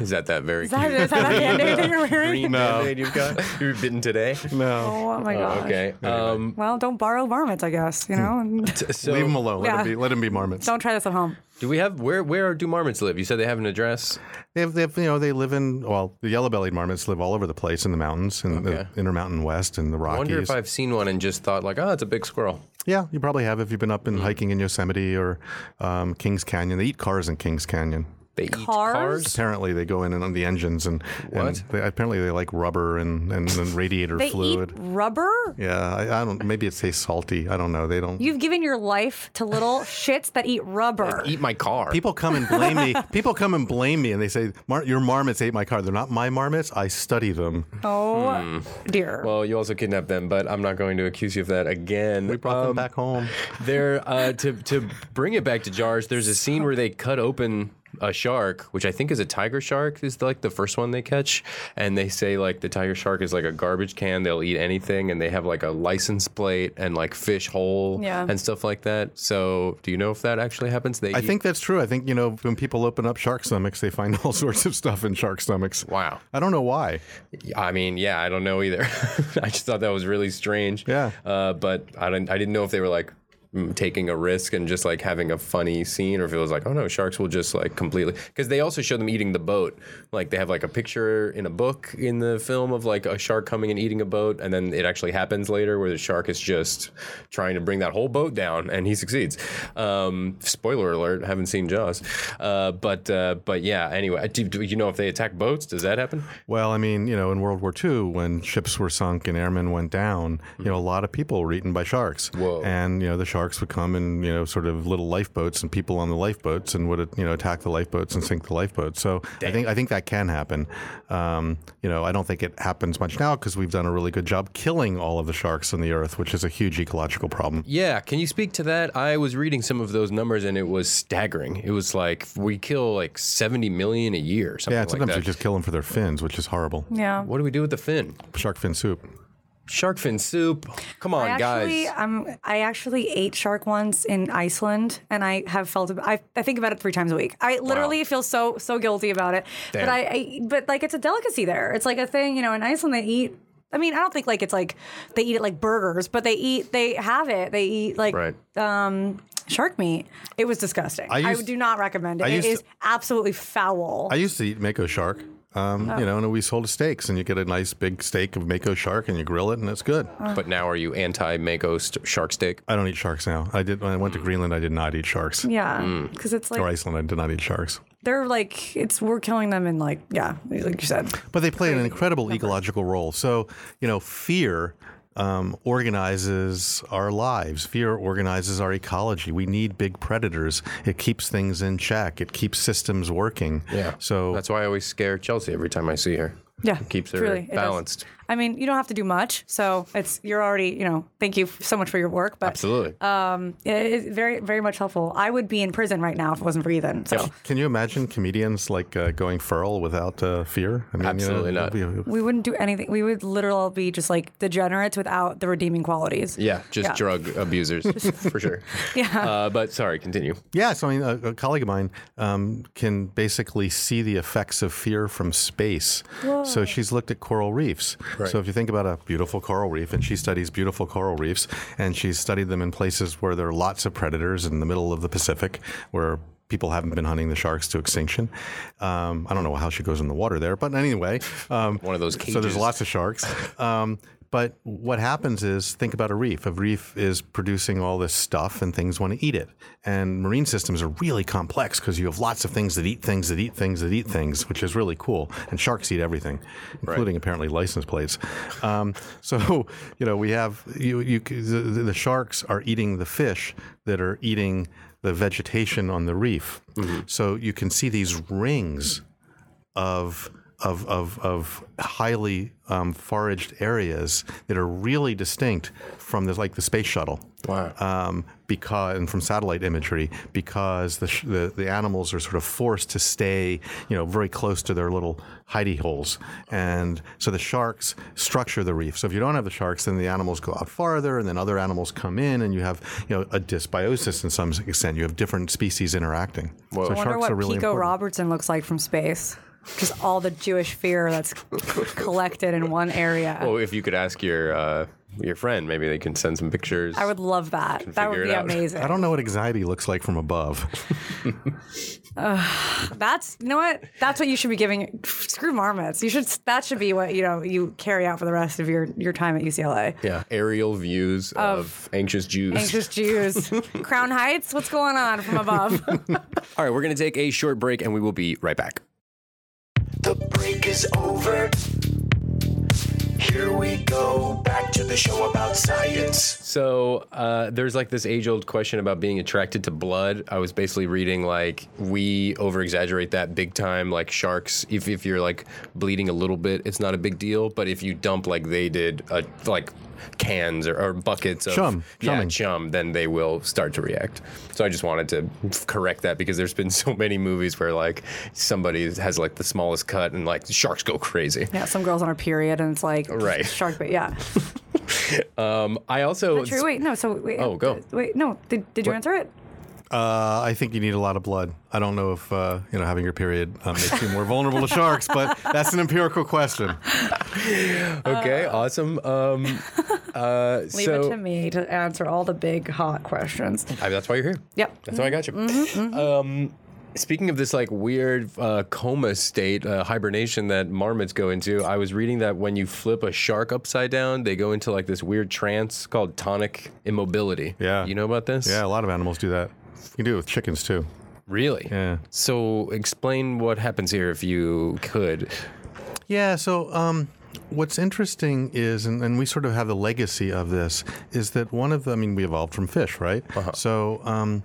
[SPEAKER 2] Is that that very
[SPEAKER 3] Is that, is that a band-aid you're wearing?
[SPEAKER 2] green Band-Aid you've got? you were bitten today?
[SPEAKER 4] No.
[SPEAKER 3] Oh my gosh.
[SPEAKER 2] Okay. Um,
[SPEAKER 3] Well, don't borrow marmots, I guess. You know,
[SPEAKER 4] Hmm.
[SPEAKER 3] and
[SPEAKER 2] so
[SPEAKER 4] Leave them alone. Let,
[SPEAKER 3] Oh, Yeah.
[SPEAKER 4] them be, let 'em be marmots.
[SPEAKER 3] don't try this at home.
[SPEAKER 2] do we have where where do marmots live? You said they have an address.
[SPEAKER 4] They have, they have, you know, they live in, well, the yellow bellied marmots live all over the place in the mountains, in
[SPEAKER 2] Okay.
[SPEAKER 4] the Intermountain West and the
[SPEAKER 2] I
[SPEAKER 4] Rockies.
[SPEAKER 2] wonder if I've seen one and just thought like, oh, it's a big squirrel.
[SPEAKER 4] Yeah, you probably have if you've been up
[SPEAKER 2] Hmm.
[SPEAKER 4] and hiking in Yosemite or um, Kings Canyon. They eat cars in Kings Canyon.
[SPEAKER 2] They eat
[SPEAKER 3] Cars?
[SPEAKER 2] cars.
[SPEAKER 4] Apparently, they go in and on the engines, and, and
[SPEAKER 2] What?
[SPEAKER 4] they, apparently they like rubber and, and, and radiator
[SPEAKER 3] They
[SPEAKER 4] fluid.
[SPEAKER 3] eat rubber.
[SPEAKER 4] Yeah, I, I don't. Maybe it tastes salty. I don't know. They don't.
[SPEAKER 3] You've given your life to little shits that eat rubber.
[SPEAKER 2] Eat my car.
[SPEAKER 4] People come and blame me. People come and blame me, and they say, Mar- "Your marmots ate my car." They're not my marmots. I study them.
[SPEAKER 3] Oh dear.
[SPEAKER 2] Well, you also kidnapped them, but I'm not going to accuse you of that again.
[SPEAKER 4] We brought them
[SPEAKER 2] Um,
[SPEAKER 4] back home.
[SPEAKER 2] There, uh, to to bring it back to jars, there's a scene where they cut open a shark, which I think is a tiger shark, is like the first one they catch, and they say like the tiger shark is like a garbage can; they'll eat anything, and they have like a license plate and like fish hole
[SPEAKER 3] Yeah.
[SPEAKER 2] and stuff like that. So, do you know if that actually happens? They
[SPEAKER 4] I
[SPEAKER 2] eat-
[SPEAKER 4] think that's true. I think you know when people open up shark stomachs, they find all sorts of stuff in shark stomachs.
[SPEAKER 2] Wow.
[SPEAKER 4] I don't know why.
[SPEAKER 2] I mean, yeah, I don't know either. I just thought that was really strange.
[SPEAKER 4] Yeah.
[SPEAKER 2] Uh, but I didn't. I didn't know if they were like mm, taking a risk and just like having a funny scene, or if it was like, oh no, sharks will just like completely. Because they also show them eating the boat. Like they have like a picture in a book in the film of like a shark coming and eating a boat, and then it actually happens later where the shark is just trying to bring that whole boat down, and he succeeds. Um, spoiler alert: haven't seen Jaws. Uh, but uh, but yeah. Anyway, do, do you know if they attack boats? Does that happen?
[SPEAKER 4] Well, I mean, you know, in World War II, when ships were sunk and airmen went down, you know, a lot of people were eaten by sharks.
[SPEAKER 2] Whoa.
[SPEAKER 4] And, you know, the sharks would come in, you know, sort of little lifeboats and people on the lifeboats and would, you know, attack the lifeboats and sink the lifeboats. So I think I think that can happen. Um, you know, I don't think it happens much now because we've done a really good job killing all of the sharks on the earth, which is a huge ecological problem.
[SPEAKER 2] Yeah, can you speak to that? I was reading some of those numbers and it was staggering. It was like we kill like 70 million a year, or something
[SPEAKER 4] Yeah,
[SPEAKER 2] like
[SPEAKER 4] sometimes
[SPEAKER 2] that.
[SPEAKER 4] you just kill them for their fins, which is horrible.
[SPEAKER 3] yeah.
[SPEAKER 2] what do we do with the fin?
[SPEAKER 4] Shark fin soup.
[SPEAKER 2] Shark fin soup. Come on,
[SPEAKER 3] I actually,
[SPEAKER 2] guys.
[SPEAKER 3] um, I actually ate shark once in Iceland, and I have felt. ab- I, I think about it three times a week. I literally feel so so guilty about it.
[SPEAKER 2] Damn.
[SPEAKER 3] But I, I, but like it's a delicacy there. It's like a thing, you know. In Iceland, they eat. I mean, I don't think like it's like they eat it like burgers, but they eat. They have it. They eat like
[SPEAKER 2] Right.
[SPEAKER 3] um, shark meat. It was disgusting. I,
[SPEAKER 4] used-
[SPEAKER 3] do not recommend it.
[SPEAKER 4] I
[SPEAKER 3] It
[SPEAKER 4] used
[SPEAKER 3] is
[SPEAKER 4] to-
[SPEAKER 3] absolutely foul.
[SPEAKER 4] I used to eat Mako shark. Um, You know, and we sold steaks, and you get a nice big steak of Mako shark, and you grill it, and it's good.
[SPEAKER 3] uh,
[SPEAKER 2] But now are you anti Mako st- shark steak?
[SPEAKER 4] I don't eat sharks now. I did when I went to Greenland. I did not eat sharks.
[SPEAKER 3] yeah,
[SPEAKER 2] Mm.
[SPEAKER 3] because it's like
[SPEAKER 4] Or Iceland, I did not eat sharks.
[SPEAKER 3] they're like it's we're killing them in like yeah, like you said.
[SPEAKER 4] But they play an incredible ecological role. So you know, fear. um, organizes our lives. Fear organizes our ecology. We need big predators. It keeps things in check. It keeps systems working.
[SPEAKER 2] Yeah.
[SPEAKER 4] So
[SPEAKER 2] That's why I always scare Chelsea every time I see her.
[SPEAKER 3] Yeah,
[SPEAKER 2] It keeps her
[SPEAKER 3] truly, it does.
[SPEAKER 2] balanced.
[SPEAKER 3] I mean, you don't have to do much, so it's you're already you know. Thank you so much for your work, but
[SPEAKER 2] Absolutely.
[SPEAKER 3] Uh, it's very very much helpful. I would be in prison right now if it wasn't for Ethan. So
[SPEAKER 4] Can you imagine comedians like uh, going feral without uh, fear? I mean,
[SPEAKER 2] Absolutely not.
[SPEAKER 4] it'd be-
[SPEAKER 3] we wouldn't do anything. We would literally be just like degenerates without the redeeming qualities.
[SPEAKER 2] yeah, just
[SPEAKER 3] yeah.
[SPEAKER 2] drug abusers for sure. Yeah. Uh, but sorry, continue.
[SPEAKER 4] yeah, so I mean, a, a colleague of mine um, can basically see the effects of fear from space. So she's looked at coral reefs. So if you think about a beautiful coral reef, and she studies beautiful coral reefs, and she's studied them in places where there are lots of predators in the middle of the Pacific, where people haven't been hunting the sharks to extinction. Um, I don't know how she goes in the water there, but anyway, um,
[SPEAKER 2] One of those
[SPEAKER 4] So there's
[SPEAKER 2] cages.
[SPEAKER 4] lots of sharks. Um, but what happens is, think about a reef. A reef is producing all this stuff, and things want to eat it. And marine systems are really complex because you have lots of things that eat things that eat things that eat things, which is really cool. And sharks eat everything, including apparently license plates. Um, so you know we have you, you c- the, the sharks are eating the fish that are eating the vegetation on the reef. So you can see these rings of of of, of highly um, foraged areas that are really distinct from this, like the space shuttle.
[SPEAKER 2] Wow.
[SPEAKER 4] Um, because and from satellite imagery, because the, sh- the the animals are sort of forced to stay, you know, very close to their little hidey holes, and so the sharks structure the reef. So if you don't have the sharks, then the animals go out farther, and then other animals come in, and you have you know a dysbiosis in some extent. You have different species interacting. So
[SPEAKER 3] I wonder
[SPEAKER 4] sharks
[SPEAKER 3] what
[SPEAKER 4] are really
[SPEAKER 3] Pico
[SPEAKER 4] important.
[SPEAKER 3] Robertson looks like from space. Just all the Jewish fear that's collected in one area.
[SPEAKER 2] Well, if you could ask your uh, your friend, maybe they can send some pictures.
[SPEAKER 3] I would love that. That
[SPEAKER 2] figure
[SPEAKER 3] would
[SPEAKER 2] it
[SPEAKER 3] be
[SPEAKER 2] out.
[SPEAKER 3] amazing.
[SPEAKER 4] I don't know what anxiety looks like from above.
[SPEAKER 3] That's you know what. That's what you should be giving. Screw marmots. You should. That should be what you know. You carry out for the rest of your your time at UCLA.
[SPEAKER 2] yeah, aerial views of, anxious Jews.
[SPEAKER 3] Anxious Jews. Crown Heights. What's going on from above?
[SPEAKER 2] All right, we're gonna take a short break, and we will be right back.
[SPEAKER 1] The break is over. Here we go back to the show about science.
[SPEAKER 2] So uh, there's like this age old question about being attracted to blood. I was basically reading like we over exaggerate that big time. Like sharks, if, if you're like bleeding a little bit, it's not a big deal. But if you dump like they did, uh, like cans or, or buckets of
[SPEAKER 4] Chum.
[SPEAKER 2] yeah,
[SPEAKER 4] Chumming.
[SPEAKER 2] chum, then they will start to react. So I just wanted to correct that because there's been so many movies where like somebody has like the smallest cut and like sharks go crazy.
[SPEAKER 3] yeah, some girls on her period, and it's like
[SPEAKER 2] Right.
[SPEAKER 3] shark bait. Yeah.
[SPEAKER 2] Um, I also
[SPEAKER 3] True. Wait. No. So wait.
[SPEAKER 2] Oh, go.
[SPEAKER 3] Wait. No. Did, did you answer it?
[SPEAKER 4] Uh, I think you need a lot of blood. I don't know if uh, you know having your period uh, makes you more vulnerable to sharks, but that's an empirical question.
[SPEAKER 2] okay, awesome. Um, uh,
[SPEAKER 3] Leave
[SPEAKER 2] so,
[SPEAKER 3] it to me to answer all the big hot questions.
[SPEAKER 2] I, that's why you're here.
[SPEAKER 3] Yep.
[SPEAKER 2] That's why I got you. Um, speaking of this like weird uh, coma state, uh, hibernation that marmots go into, I was reading that when you flip a shark upside down, they go into like this weird trance called tonic immobility.
[SPEAKER 4] Yeah.
[SPEAKER 2] You know about this?
[SPEAKER 4] Yeah, a lot of animals do that. You can do it with chickens too.
[SPEAKER 2] Really?
[SPEAKER 4] Yeah.
[SPEAKER 2] So explain what happens here if you could.
[SPEAKER 4] Yeah. So um, what's interesting is, and, and we sort of have the legacy of this, is that one of the, I mean, we evolved from fish, right? So um,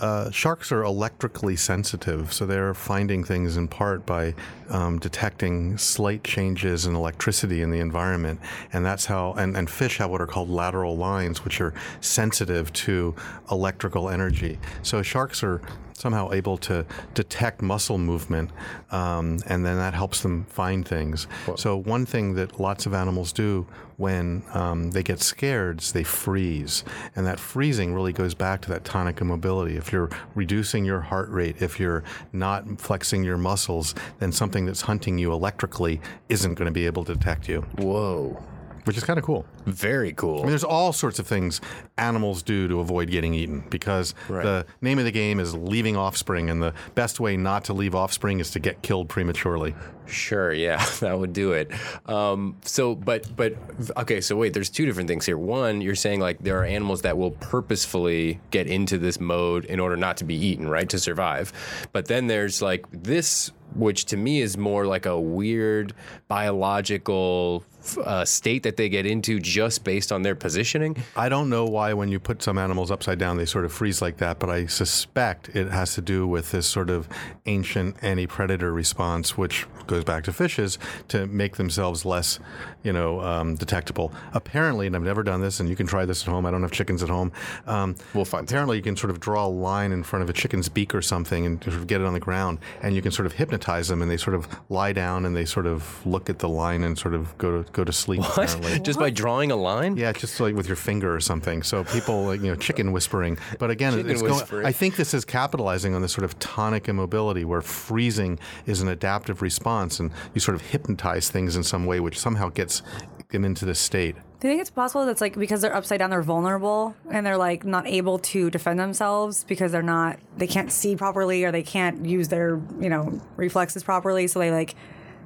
[SPEAKER 4] uh, sharks are electrically sensitive, so they're finding things in part by um, detecting slight changes in electricity in the environment, and that's how. And, and fish have what are called lateral lines, which are sensitive to electrical energy. So sharks are somehow able to detect muscle movement, um, and then that helps them find things. So one thing that lots of animals do when um, they get scared is they freeze, and that freezing really goes back to that tonic immobility. If you're reducing your heart rate, if you're not flexing your muscles, then something that's hunting you electrically isn't going to be able to detect you,
[SPEAKER 2] Whoa.
[SPEAKER 4] which is kind of cool.
[SPEAKER 2] Very cool.
[SPEAKER 4] I mean, there's all sorts of things animals do to avoid getting eaten because the name of the game is leaving offspring, and the best way not to leave offspring is to get killed prematurely.
[SPEAKER 2] Sure, yeah, that would do it. Um, so, but, but, okay, so wait, there's two different things here. One, you're saying like there are animals that will purposefully get into this mode in order not to be eaten, right, to survive. But then there's like this, which to me is more like a weird biological f- uh, state that they get into just based on their positioning.
[SPEAKER 4] I don't know why when you put some animals upside down they sort of freeze like that, but I suspect it has to do with this sort of ancient anti-predator response, which goes back to fishes to make themselves less, you know, um, detectable. Apparently, and I've never done this, and you can try this at home. I don't have chickens at home. Um,
[SPEAKER 2] We'll find some.
[SPEAKER 4] Apparently, you can sort of draw a line in front of a chicken's beak or something, and sort of get it on the ground, and you can sort of hypnotize them, and they sort of lie down and they sort of look at the line and sort of go to go to sleep. Apparently.
[SPEAKER 2] just by drawing a line?
[SPEAKER 4] Yeah, just like with your finger or something. So people, like, you know, chicken whispering. But again,
[SPEAKER 2] Chicken
[SPEAKER 4] it's going,
[SPEAKER 2] whispering.
[SPEAKER 4] I think this is capitalizing on this sort of tonic immobility where freezing is an adaptive response, and you sort of hypnotize things in some way, which somehow gets them into this state.
[SPEAKER 3] Do you think it's possible that's like because they're upside down, they're vulnerable and they're like not able to defend themselves because they're not, they can't see properly or they can't use their, you know, reflexes properly. So they like,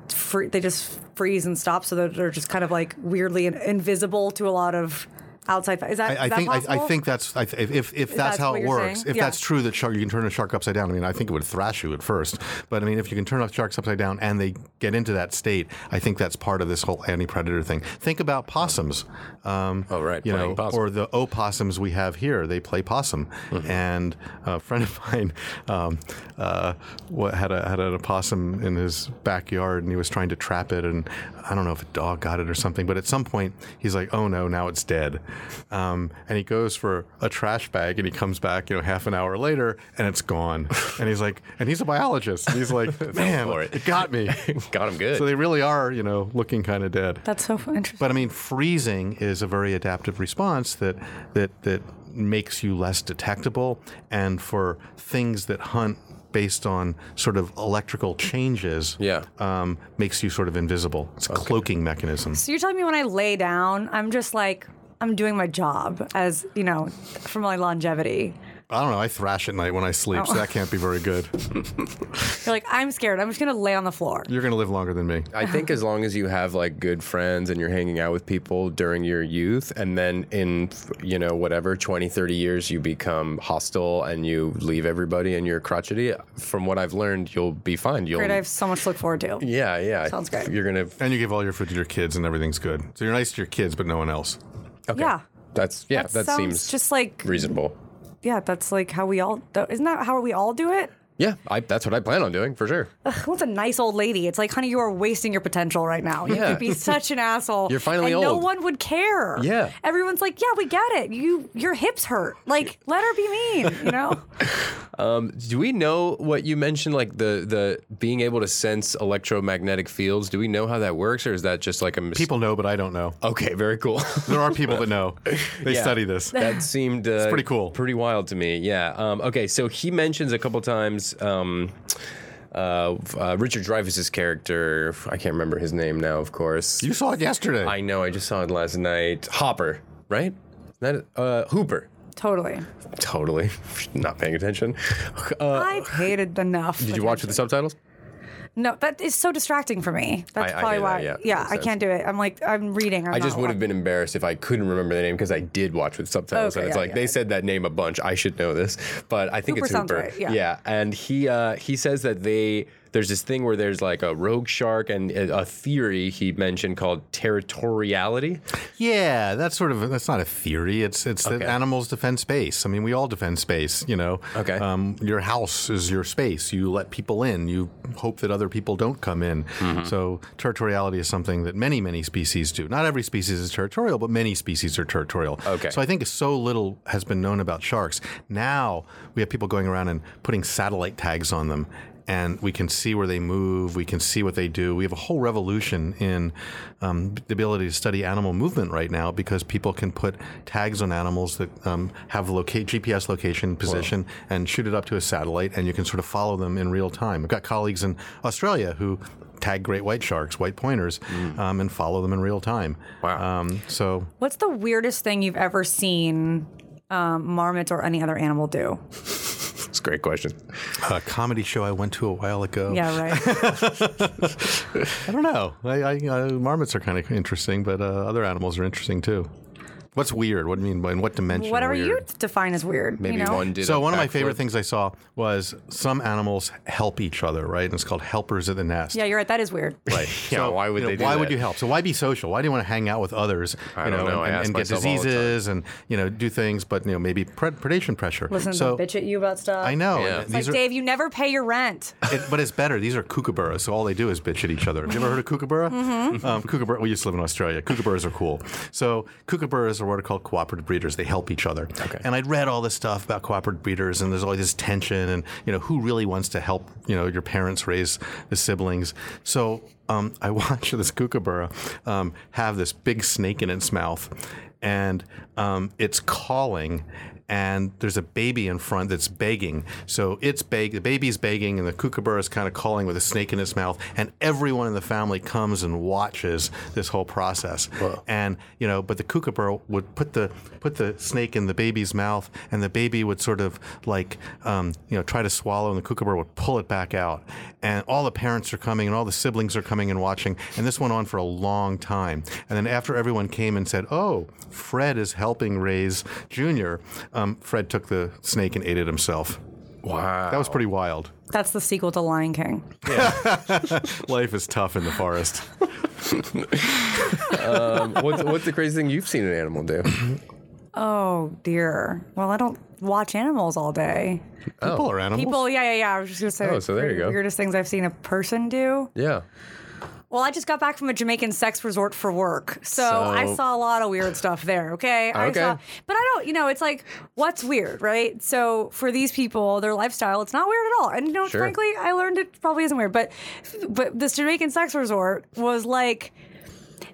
[SPEAKER 3] fr- they just freeze and stop. So they're, they're just kind of like weirdly in- invisible to a lot of outside. Is that,
[SPEAKER 4] I,
[SPEAKER 3] is
[SPEAKER 4] I
[SPEAKER 3] that
[SPEAKER 4] think I, I
[SPEAKER 3] possible?
[SPEAKER 4] think that's I th- if if that's,
[SPEAKER 3] that's
[SPEAKER 4] how
[SPEAKER 3] what
[SPEAKER 4] it
[SPEAKER 3] you're
[SPEAKER 4] works.
[SPEAKER 3] saying?
[SPEAKER 4] If
[SPEAKER 3] Yeah.
[SPEAKER 4] that's true that shark you can turn a shark upside down. I mean, I think it would thrash you at first, but I mean, if you can turn off sharks upside down and they get into that state, I think that's part of this whole anti-predator thing. Think about possums. Um,
[SPEAKER 2] Oh, right,
[SPEAKER 4] you
[SPEAKER 2] playing
[SPEAKER 4] know,
[SPEAKER 2] possum.
[SPEAKER 4] or the opossums we have here. They play possum,
[SPEAKER 2] Mm-hmm.
[SPEAKER 4] and a friend of mine um, uh, what had a had an opossum in his backyard, and he was trying to trap it, and I don't know if a dog got it or something, but at some point he's like, "Oh no, now it's dead," um, and he goes for a trash bag, and he comes back, you know, half an hour later, and it's gone, and he's like, and he's a biologist, and he's like, "Man,
[SPEAKER 2] for
[SPEAKER 4] it.
[SPEAKER 2] it."
[SPEAKER 4] got me."
[SPEAKER 2] Got him good.
[SPEAKER 4] so they really are, you know, looking kind of dead.
[SPEAKER 3] that's so f- interesting.
[SPEAKER 4] But I mean, freezing is a very adaptive response that that that makes you less detectable, and for things that hunt based on sort of electrical changes,
[SPEAKER 2] Yeah.
[SPEAKER 4] um, makes you sort of invisible. It's a cloaking mechanism.
[SPEAKER 3] So you're telling me when I lay down, I'm just like, I'm doing my job as, you know, for my longevity.
[SPEAKER 4] I don't know. I thrash at night when I sleep, so that can't be very good.
[SPEAKER 3] You're like, I'm scared. I'm just going to lay on the floor.
[SPEAKER 4] You're going to live longer than me.
[SPEAKER 2] I think as long as you have like good friends and you're hanging out with people during your youth and then in you know whatever 20 30 years you become hostile and you leave everybody and you're crotchety from what I've learned you'll be fine you'll
[SPEAKER 3] Great. I have so much to look forward to.
[SPEAKER 2] Yeah, yeah.
[SPEAKER 3] Sounds great.
[SPEAKER 2] You're going to
[SPEAKER 4] And you give all your food to your kids, and everything's good. So you're nice to your kids, but no one else.
[SPEAKER 3] Yeah.
[SPEAKER 2] That's yeah,
[SPEAKER 3] That
[SPEAKER 2] that,
[SPEAKER 3] sounds
[SPEAKER 2] seems
[SPEAKER 3] just like
[SPEAKER 2] reasonable.
[SPEAKER 3] yeah, that's like how we all tho- isn't that how we all do it?
[SPEAKER 2] Yeah, I, that's what I plan on doing for sure.
[SPEAKER 3] What's a nice old lady? It's like, honey, you are wasting your potential right now. You
[SPEAKER 2] Yeah.
[SPEAKER 3] could be such an asshole.
[SPEAKER 2] You're finally
[SPEAKER 3] and No
[SPEAKER 2] old.
[SPEAKER 3] one would care.
[SPEAKER 2] Yeah.
[SPEAKER 3] everyone's like, yeah, we get it. You your hips hurt. Like, let her be mean. You know,
[SPEAKER 2] Do we know what you mentioned like the the being able to sense electromagnetic fields? Do we know how that works or is that just like a mis-
[SPEAKER 4] People know, but I don't know.
[SPEAKER 2] Okay, very cool.
[SPEAKER 4] There are people that know. They
[SPEAKER 2] Yeah.
[SPEAKER 4] study this.
[SPEAKER 2] That seemed uh,
[SPEAKER 4] pretty cool.
[SPEAKER 2] pretty wild to me. Yeah. Um, okay, so he mentions a couple times um, uh, uh, Richard Dreyfuss's character. I can't remember his name now, of course.
[SPEAKER 4] You saw it yesterday.
[SPEAKER 2] I know. I just saw it last night. Hopper, right? That uh, Hooper.
[SPEAKER 3] totally.
[SPEAKER 2] Totally not paying attention. Uh,
[SPEAKER 3] I paid it enough.
[SPEAKER 2] did you watch with the subtitles?
[SPEAKER 3] No, that is so distracting for me. That's
[SPEAKER 2] I- I
[SPEAKER 3] probably
[SPEAKER 2] hear that,
[SPEAKER 3] why.
[SPEAKER 2] yeah. Makes
[SPEAKER 3] I
[SPEAKER 2] sense.
[SPEAKER 3] can't do it. I'm like, I'm reading. I'm
[SPEAKER 2] I just
[SPEAKER 3] not
[SPEAKER 2] would have been embarrassed if I couldn't remember the name because I did watch with subtitles,
[SPEAKER 3] Okay,
[SPEAKER 2] and it's
[SPEAKER 3] yeah,
[SPEAKER 2] like
[SPEAKER 3] yeah,
[SPEAKER 2] they
[SPEAKER 3] yeah.
[SPEAKER 2] said that name a bunch. I should know this, but I think
[SPEAKER 3] Hooper
[SPEAKER 2] it's
[SPEAKER 3] sounds
[SPEAKER 2] Hooper.
[SPEAKER 3] right, yeah.
[SPEAKER 2] and he uh, he says that they there's this thing where there's like a rogue shark and a a theory he mentioned called territoriality.
[SPEAKER 4] Yeah, that's sort of that's not a theory. It's it's
[SPEAKER 2] Okay.
[SPEAKER 4] that animals defend space. I mean, we all defend space. You know,
[SPEAKER 2] Okay.
[SPEAKER 4] Um, your house is your space. You let people in. You hope that other people don't come in.
[SPEAKER 2] Mm-hmm.
[SPEAKER 4] So territoriality is something that many many species do. Not every species is territorial, but many species are territorial.
[SPEAKER 2] Okay.
[SPEAKER 4] So I think so little has been known about sharks. Now we have people going around and putting satellite tags on them. And we can see where they move. We can see what they do. We have a whole revolution in um, the ability to study animal movement right now because people can put tags on animals that um, have loca- GPS location, position, and shoot it up to a satellite, and you can sort of follow them in real time. I've got colleagues in Australia who tag great white sharks, white pointers, um, and follow them in real time.
[SPEAKER 2] Wow.
[SPEAKER 4] Um, so
[SPEAKER 3] What's the weirdest thing you've ever seen um, marmots or any other animal do?
[SPEAKER 2] It's a great question.
[SPEAKER 4] a comedy show I went to a while
[SPEAKER 2] Oh.
[SPEAKER 4] ago.
[SPEAKER 3] Yeah, right.
[SPEAKER 4] I don't know. I, I, uh, marmots are kind of interesting, but uh, other animals are interesting too. What's weird? What do you mean? by- In what dimension?
[SPEAKER 3] Whatever
[SPEAKER 4] weird?
[SPEAKER 3] you define as weird.
[SPEAKER 2] Maybe
[SPEAKER 3] you know?
[SPEAKER 2] one did.
[SPEAKER 4] So
[SPEAKER 2] a
[SPEAKER 4] one of my favorite
[SPEAKER 2] backflip.
[SPEAKER 4] things I saw was some animals help each other, right? And it's called helpers at the nest.
[SPEAKER 3] Yeah, you're right. That is weird.
[SPEAKER 2] Right. Yeah.
[SPEAKER 4] So,
[SPEAKER 2] why would
[SPEAKER 4] you know,
[SPEAKER 2] they? Do
[SPEAKER 4] why
[SPEAKER 2] that?
[SPEAKER 4] would you help? So why be social? Why do you want to hang out with others?
[SPEAKER 2] I
[SPEAKER 4] you
[SPEAKER 2] don't know. I
[SPEAKER 4] and,
[SPEAKER 2] ask
[SPEAKER 4] and get
[SPEAKER 2] myself all the time.
[SPEAKER 4] diseases and you know do things, but you know maybe pre- predation pressure.
[SPEAKER 3] Listen to
[SPEAKER 4] so
[SPEAKER 3] them bitch at you about stuff.
[SPEAKER 4] I know.
[SPEAKER 2] Yeah.
[SPEAKER 3] It's like,
[SPEAKER 4] These are,
[SPEAKER 3] Dave, you never pay your rent.
[SPEAKER 4] it, but it's better. These are kookaburras, so all they do is bitch at each other. Have you ever heard of kookaburra? Mm-hmm. Um, kookaburra. We used to live in Australia. Kookaburras are cool. So kookaburras are what are called cooperative breeders. They help each other. Okay. And I'd read all this stuff about cooperative breeders, and there's always this tension, and you know who really wants to help? You know your parents raise the siblings. So um, I watched this kookaburra um, have this big snake in its mouth, and um, it's calling. And there's a baby in front that's begging. So it's beg- the baby's begging, and the kookaburra is kind of calling with a snake in its mouth. And everyone in the family comes and watches this whole process. And you know, but the kookaburra would put the put the snake in the baby's mouth, and the baby would sort of like um, you know try to swallow, and the kookaburra would pull it back out. And all the parents are coming, and all the siblings are coming and watching. And this went on for a long time. And then after everyone came and said, "Oh, Fred is helping raise Junior," um, Fred took the snake and ate it himself.
[SPEAKER 2] Wow.
[SPEAKER 4] That was pretty wild.
[SPEAKER 3] That's the sequel to Lion King.
[SPEAKER 4] Life is tough in the forest.
[SPEAKER 2] what's, what's the crazy thing you've seen an animal do?
[SPEAKER 3] Oh dear. Well, I don't watch animals all day.
[SPEAKER 4] People are animals.
[SPEAKER 3] People, yeah, yeah, yeah. I was just gonna say.
[SPEAKER 2] Oh, so there you go.
[SPEAKER 3] Weirdest things I've seen a person do.
[SPEAKER 2] yeah.
[SPEAKER 3] Well, I just got back from a Jamaican sex resort for work, so,
[SPEAKER 2] So-
[SPEAKER 3] I saw a lot of weird stuff there. Okay, I
[SPEAKER 2] Okay.
[SPEAKER 3] saw, but I don't. You know, it's like what's weird, right? So for these people, their lifestyle, it's not weird at all. And you know,
[SPEAKER 2] Sure.
[SPEAKER 3] frankly, I learned it probably isn't weird. But but this Jamaican sex resort was like.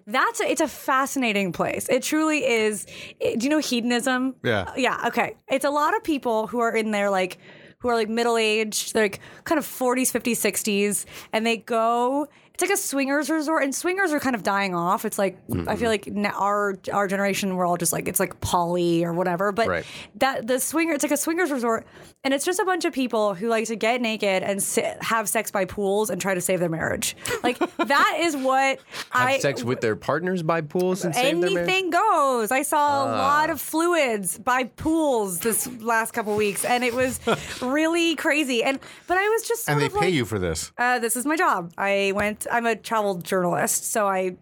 [SPEAKER 3] That's a, it's a fascinating place. It truly is. It- do you know hedonism? Uh,
[SPEAKER 4] Yeah.
[SPEAKER 3] Yeah. Okay. It's a lot of people who are in there, like who are like middle aged, they're like kind of 40s, 50s, 60s, and they go. It's like a swingers resort, and swingers are kind of dying off. It's like I feel like na- our our generation, we're all just like it's like poly or whatever. But
[SPEAKER 2] Right.
[SPEAKER 3] that the swinger, it's like a swingers resort, and it's just a bunch of people who like to get naked and sit, have sex by pools and try to save their marriage. Like that is what
[SPEAKER 2] Have
[SPEAKER 3] I
[SPEAKER 2] sex with their partners by pools and save their marriage?
[SPEAKER 3] Anything goes. I saw a
[SPEAKER 4] Ah.
[SPEAKER 3] lot of fluids by pools this last couple weeks, and it was really crazy. And but I was just sort
[SPEAKER 4] and they
[SPEAKER 3] of like,
[SPEAKER 4] pay you for this.
[SPEAKER 3] uh, this is my job. I went. I'm a travel journalist, so I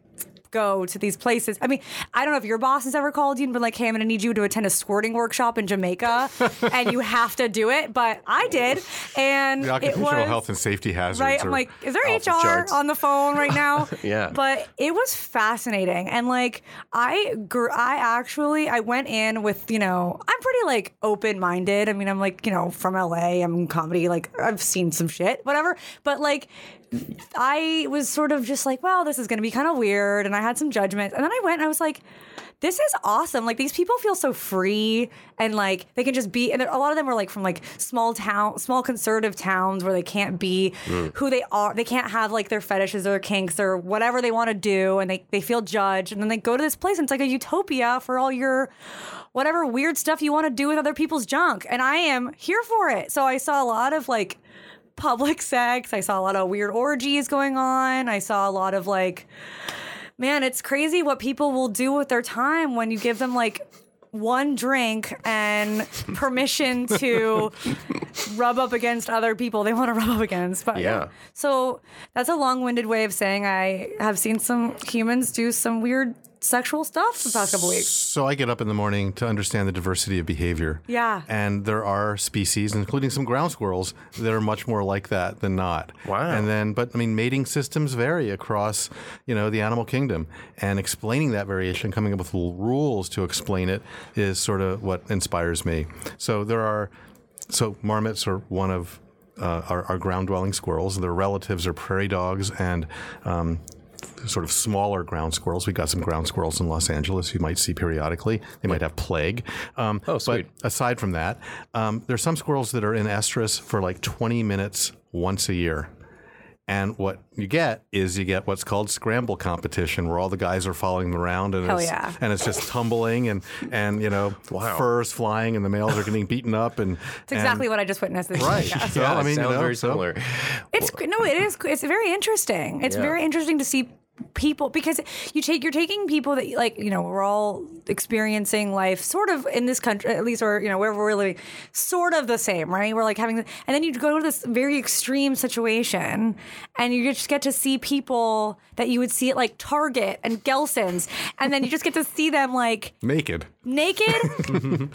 [SPEAKER 3] go to these places. I mean, I don't know if your boss has ever called you and been like, "Hey, I'm going to need you to attend a squirting workshop in Jamaica, and you have to do it." But I did, and
[SPEAKER 4] The
[SPEAKER 3] it
[SPEAKER 4] occupational
[SPEAKER 3] was
[SPEAKER 4] health and safety hazards.
[SPEAKER 3] right?
[SPEAKER 4] are
[SPEAKER 3] I'm like, is there
[SPEAKER 4] off the
[SPEAKER 3] HR
[SPEAKER 4] charts.
[SPEAKER 3] on the phone right now?
[SPEAKER 2] Yeah.
[SPEAKER 3] But it was fascinating, and like I, gr- I actually I went in with you know I'm pretty like open minded. I mean I'm like you know from LA. I'm in comedy. Like I've seen some shit, whatever. But like. I was sort of just like, well, this is going to be kind of weird. And I had some judgments. And then I went and I was like, this is awesome. Like these people feel so free and like they can just be. And there- a lot of them were like from like small town, small conservative towns where they can't be who they are. They can't have like their fetishes or their kinks or whatever they want to do. And they, they feel judged. And then they go to this place and it's like a utopia for all your whatever weird stuff you want to do with other people's junk. And I am here for it. So I saw a lot of like public sex. I saw a lot of weird orgies going on. I saw a lot of like, man, it's crazy what people will do with their time when you give them like one drink and permission to rub up against other people they want to rub up against. But
[SPEAKER 2] Yeah.
[SPEAKER 3] So that's a long winded way of saying I have seen some humans do some weird sexual stuff the past couple weeks.
[SPEAKER 4] So I get up in the morning to understand the diversity of behavior.
[SPEAKER 3] Yeah.
[SPEAKER 4] And there are species, including some ground squirrels, that are much more like that than not.
[SPEAKER 2] Wow.
[SPEAKER 4] And then, but I mean, mating systems vary across, you know, the animal kingdom, and explaining that variation, coming up with l- rules to explain it, is sort of what inspires me. So there are, so marmots are one of. Uh, our, ground dwelling squirrels. Their relatives are prairie dogs and um, sort of smaller ground squirrels. We got some ground squirrels in Los Angeles you might see periodically. They might have plague. Um,
[SPEAKER 2] Oh, sweet.
[SPEAKER 4] But aside from that, um, there's some squirrels that are in estrus for like 20 minutes once a year. And what you get is you get what's called scramble competition, where all the guys are following them around, and
[SPEAKER 3] Hell
[SPEAKER 4] it's,
[SPEAKER 3] yeah.
[SPEAKER 4] and it's just tumbling, and and you know
[SPEAKER 2] Wow.
[SPEAKER 4] furs flying, and the males are getting beaten up, and
[SPEAKER 3] It's exactly what I just witnessed this
[SPEAKER 4] right.
[SPEAKER 3] week.
[SPEAKER 4] So
[SPEAKER 2] Yeah,
[SPEAKER 4] I mean,
[SPEAKER 2] sounds
[SPEAKER 4] you know,
[SPEAKER 2] very
[SPEAKER 4] so-
[SPEAKER 2] similar.
[SPEAKER 3] It's no, it is. It's very interesting. It's
[SPEAKER 2] Yeah.
[SPEAKER 3] very interesting to see people because you take you're taking people that like you know we're all experiencing life sort of in this country at least or you know wherever we're living sort of the same right we're like having and then you go to this very extreme situation and you just get to see people that you would see at like Target and Gelson's and then you just get to see them like
[SPEAKER 4] Naked.
[SPEAKER 3] naked.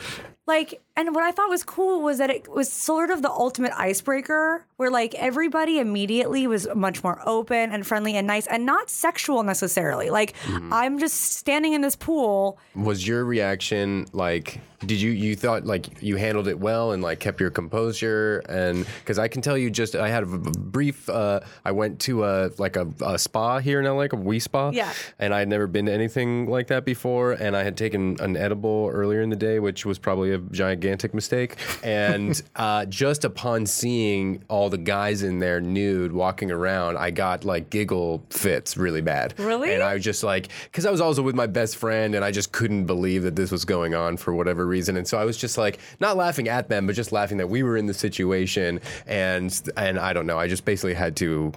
[SPEAKER 3] like, and what I thought was cool was that it was sort of the ultimate icebreaker where like everybody immediately was much more open and friendly and nice and not sexual necessarily. Like, I'm just standing in this pool.
[SPEAKER 2] Was your reaction like? Did you you thought like you handled it well and like kept your composure and because I can tell you just I had a v- brief uh, I went to a like a, a spa here in LA like a wee spa
[SPEAKER 3] Yeah.
[SPEAKER 2] and I had never been to anything like that before and I had taken an edible earlier in the day which was probably a gigantic mistake and uh, just upon seeing all the guys in there nude walking around I got like giggle fits really bad
[SPEAKER 3] Really?
[SPEAKER 2] and I was just like, because I was also with my best friend, and I just couldn't believe that this was going on for whatever reason. And so I was just like, not laughing at them, but just laughing that we were in the situation. And and I don't know, I just basically had to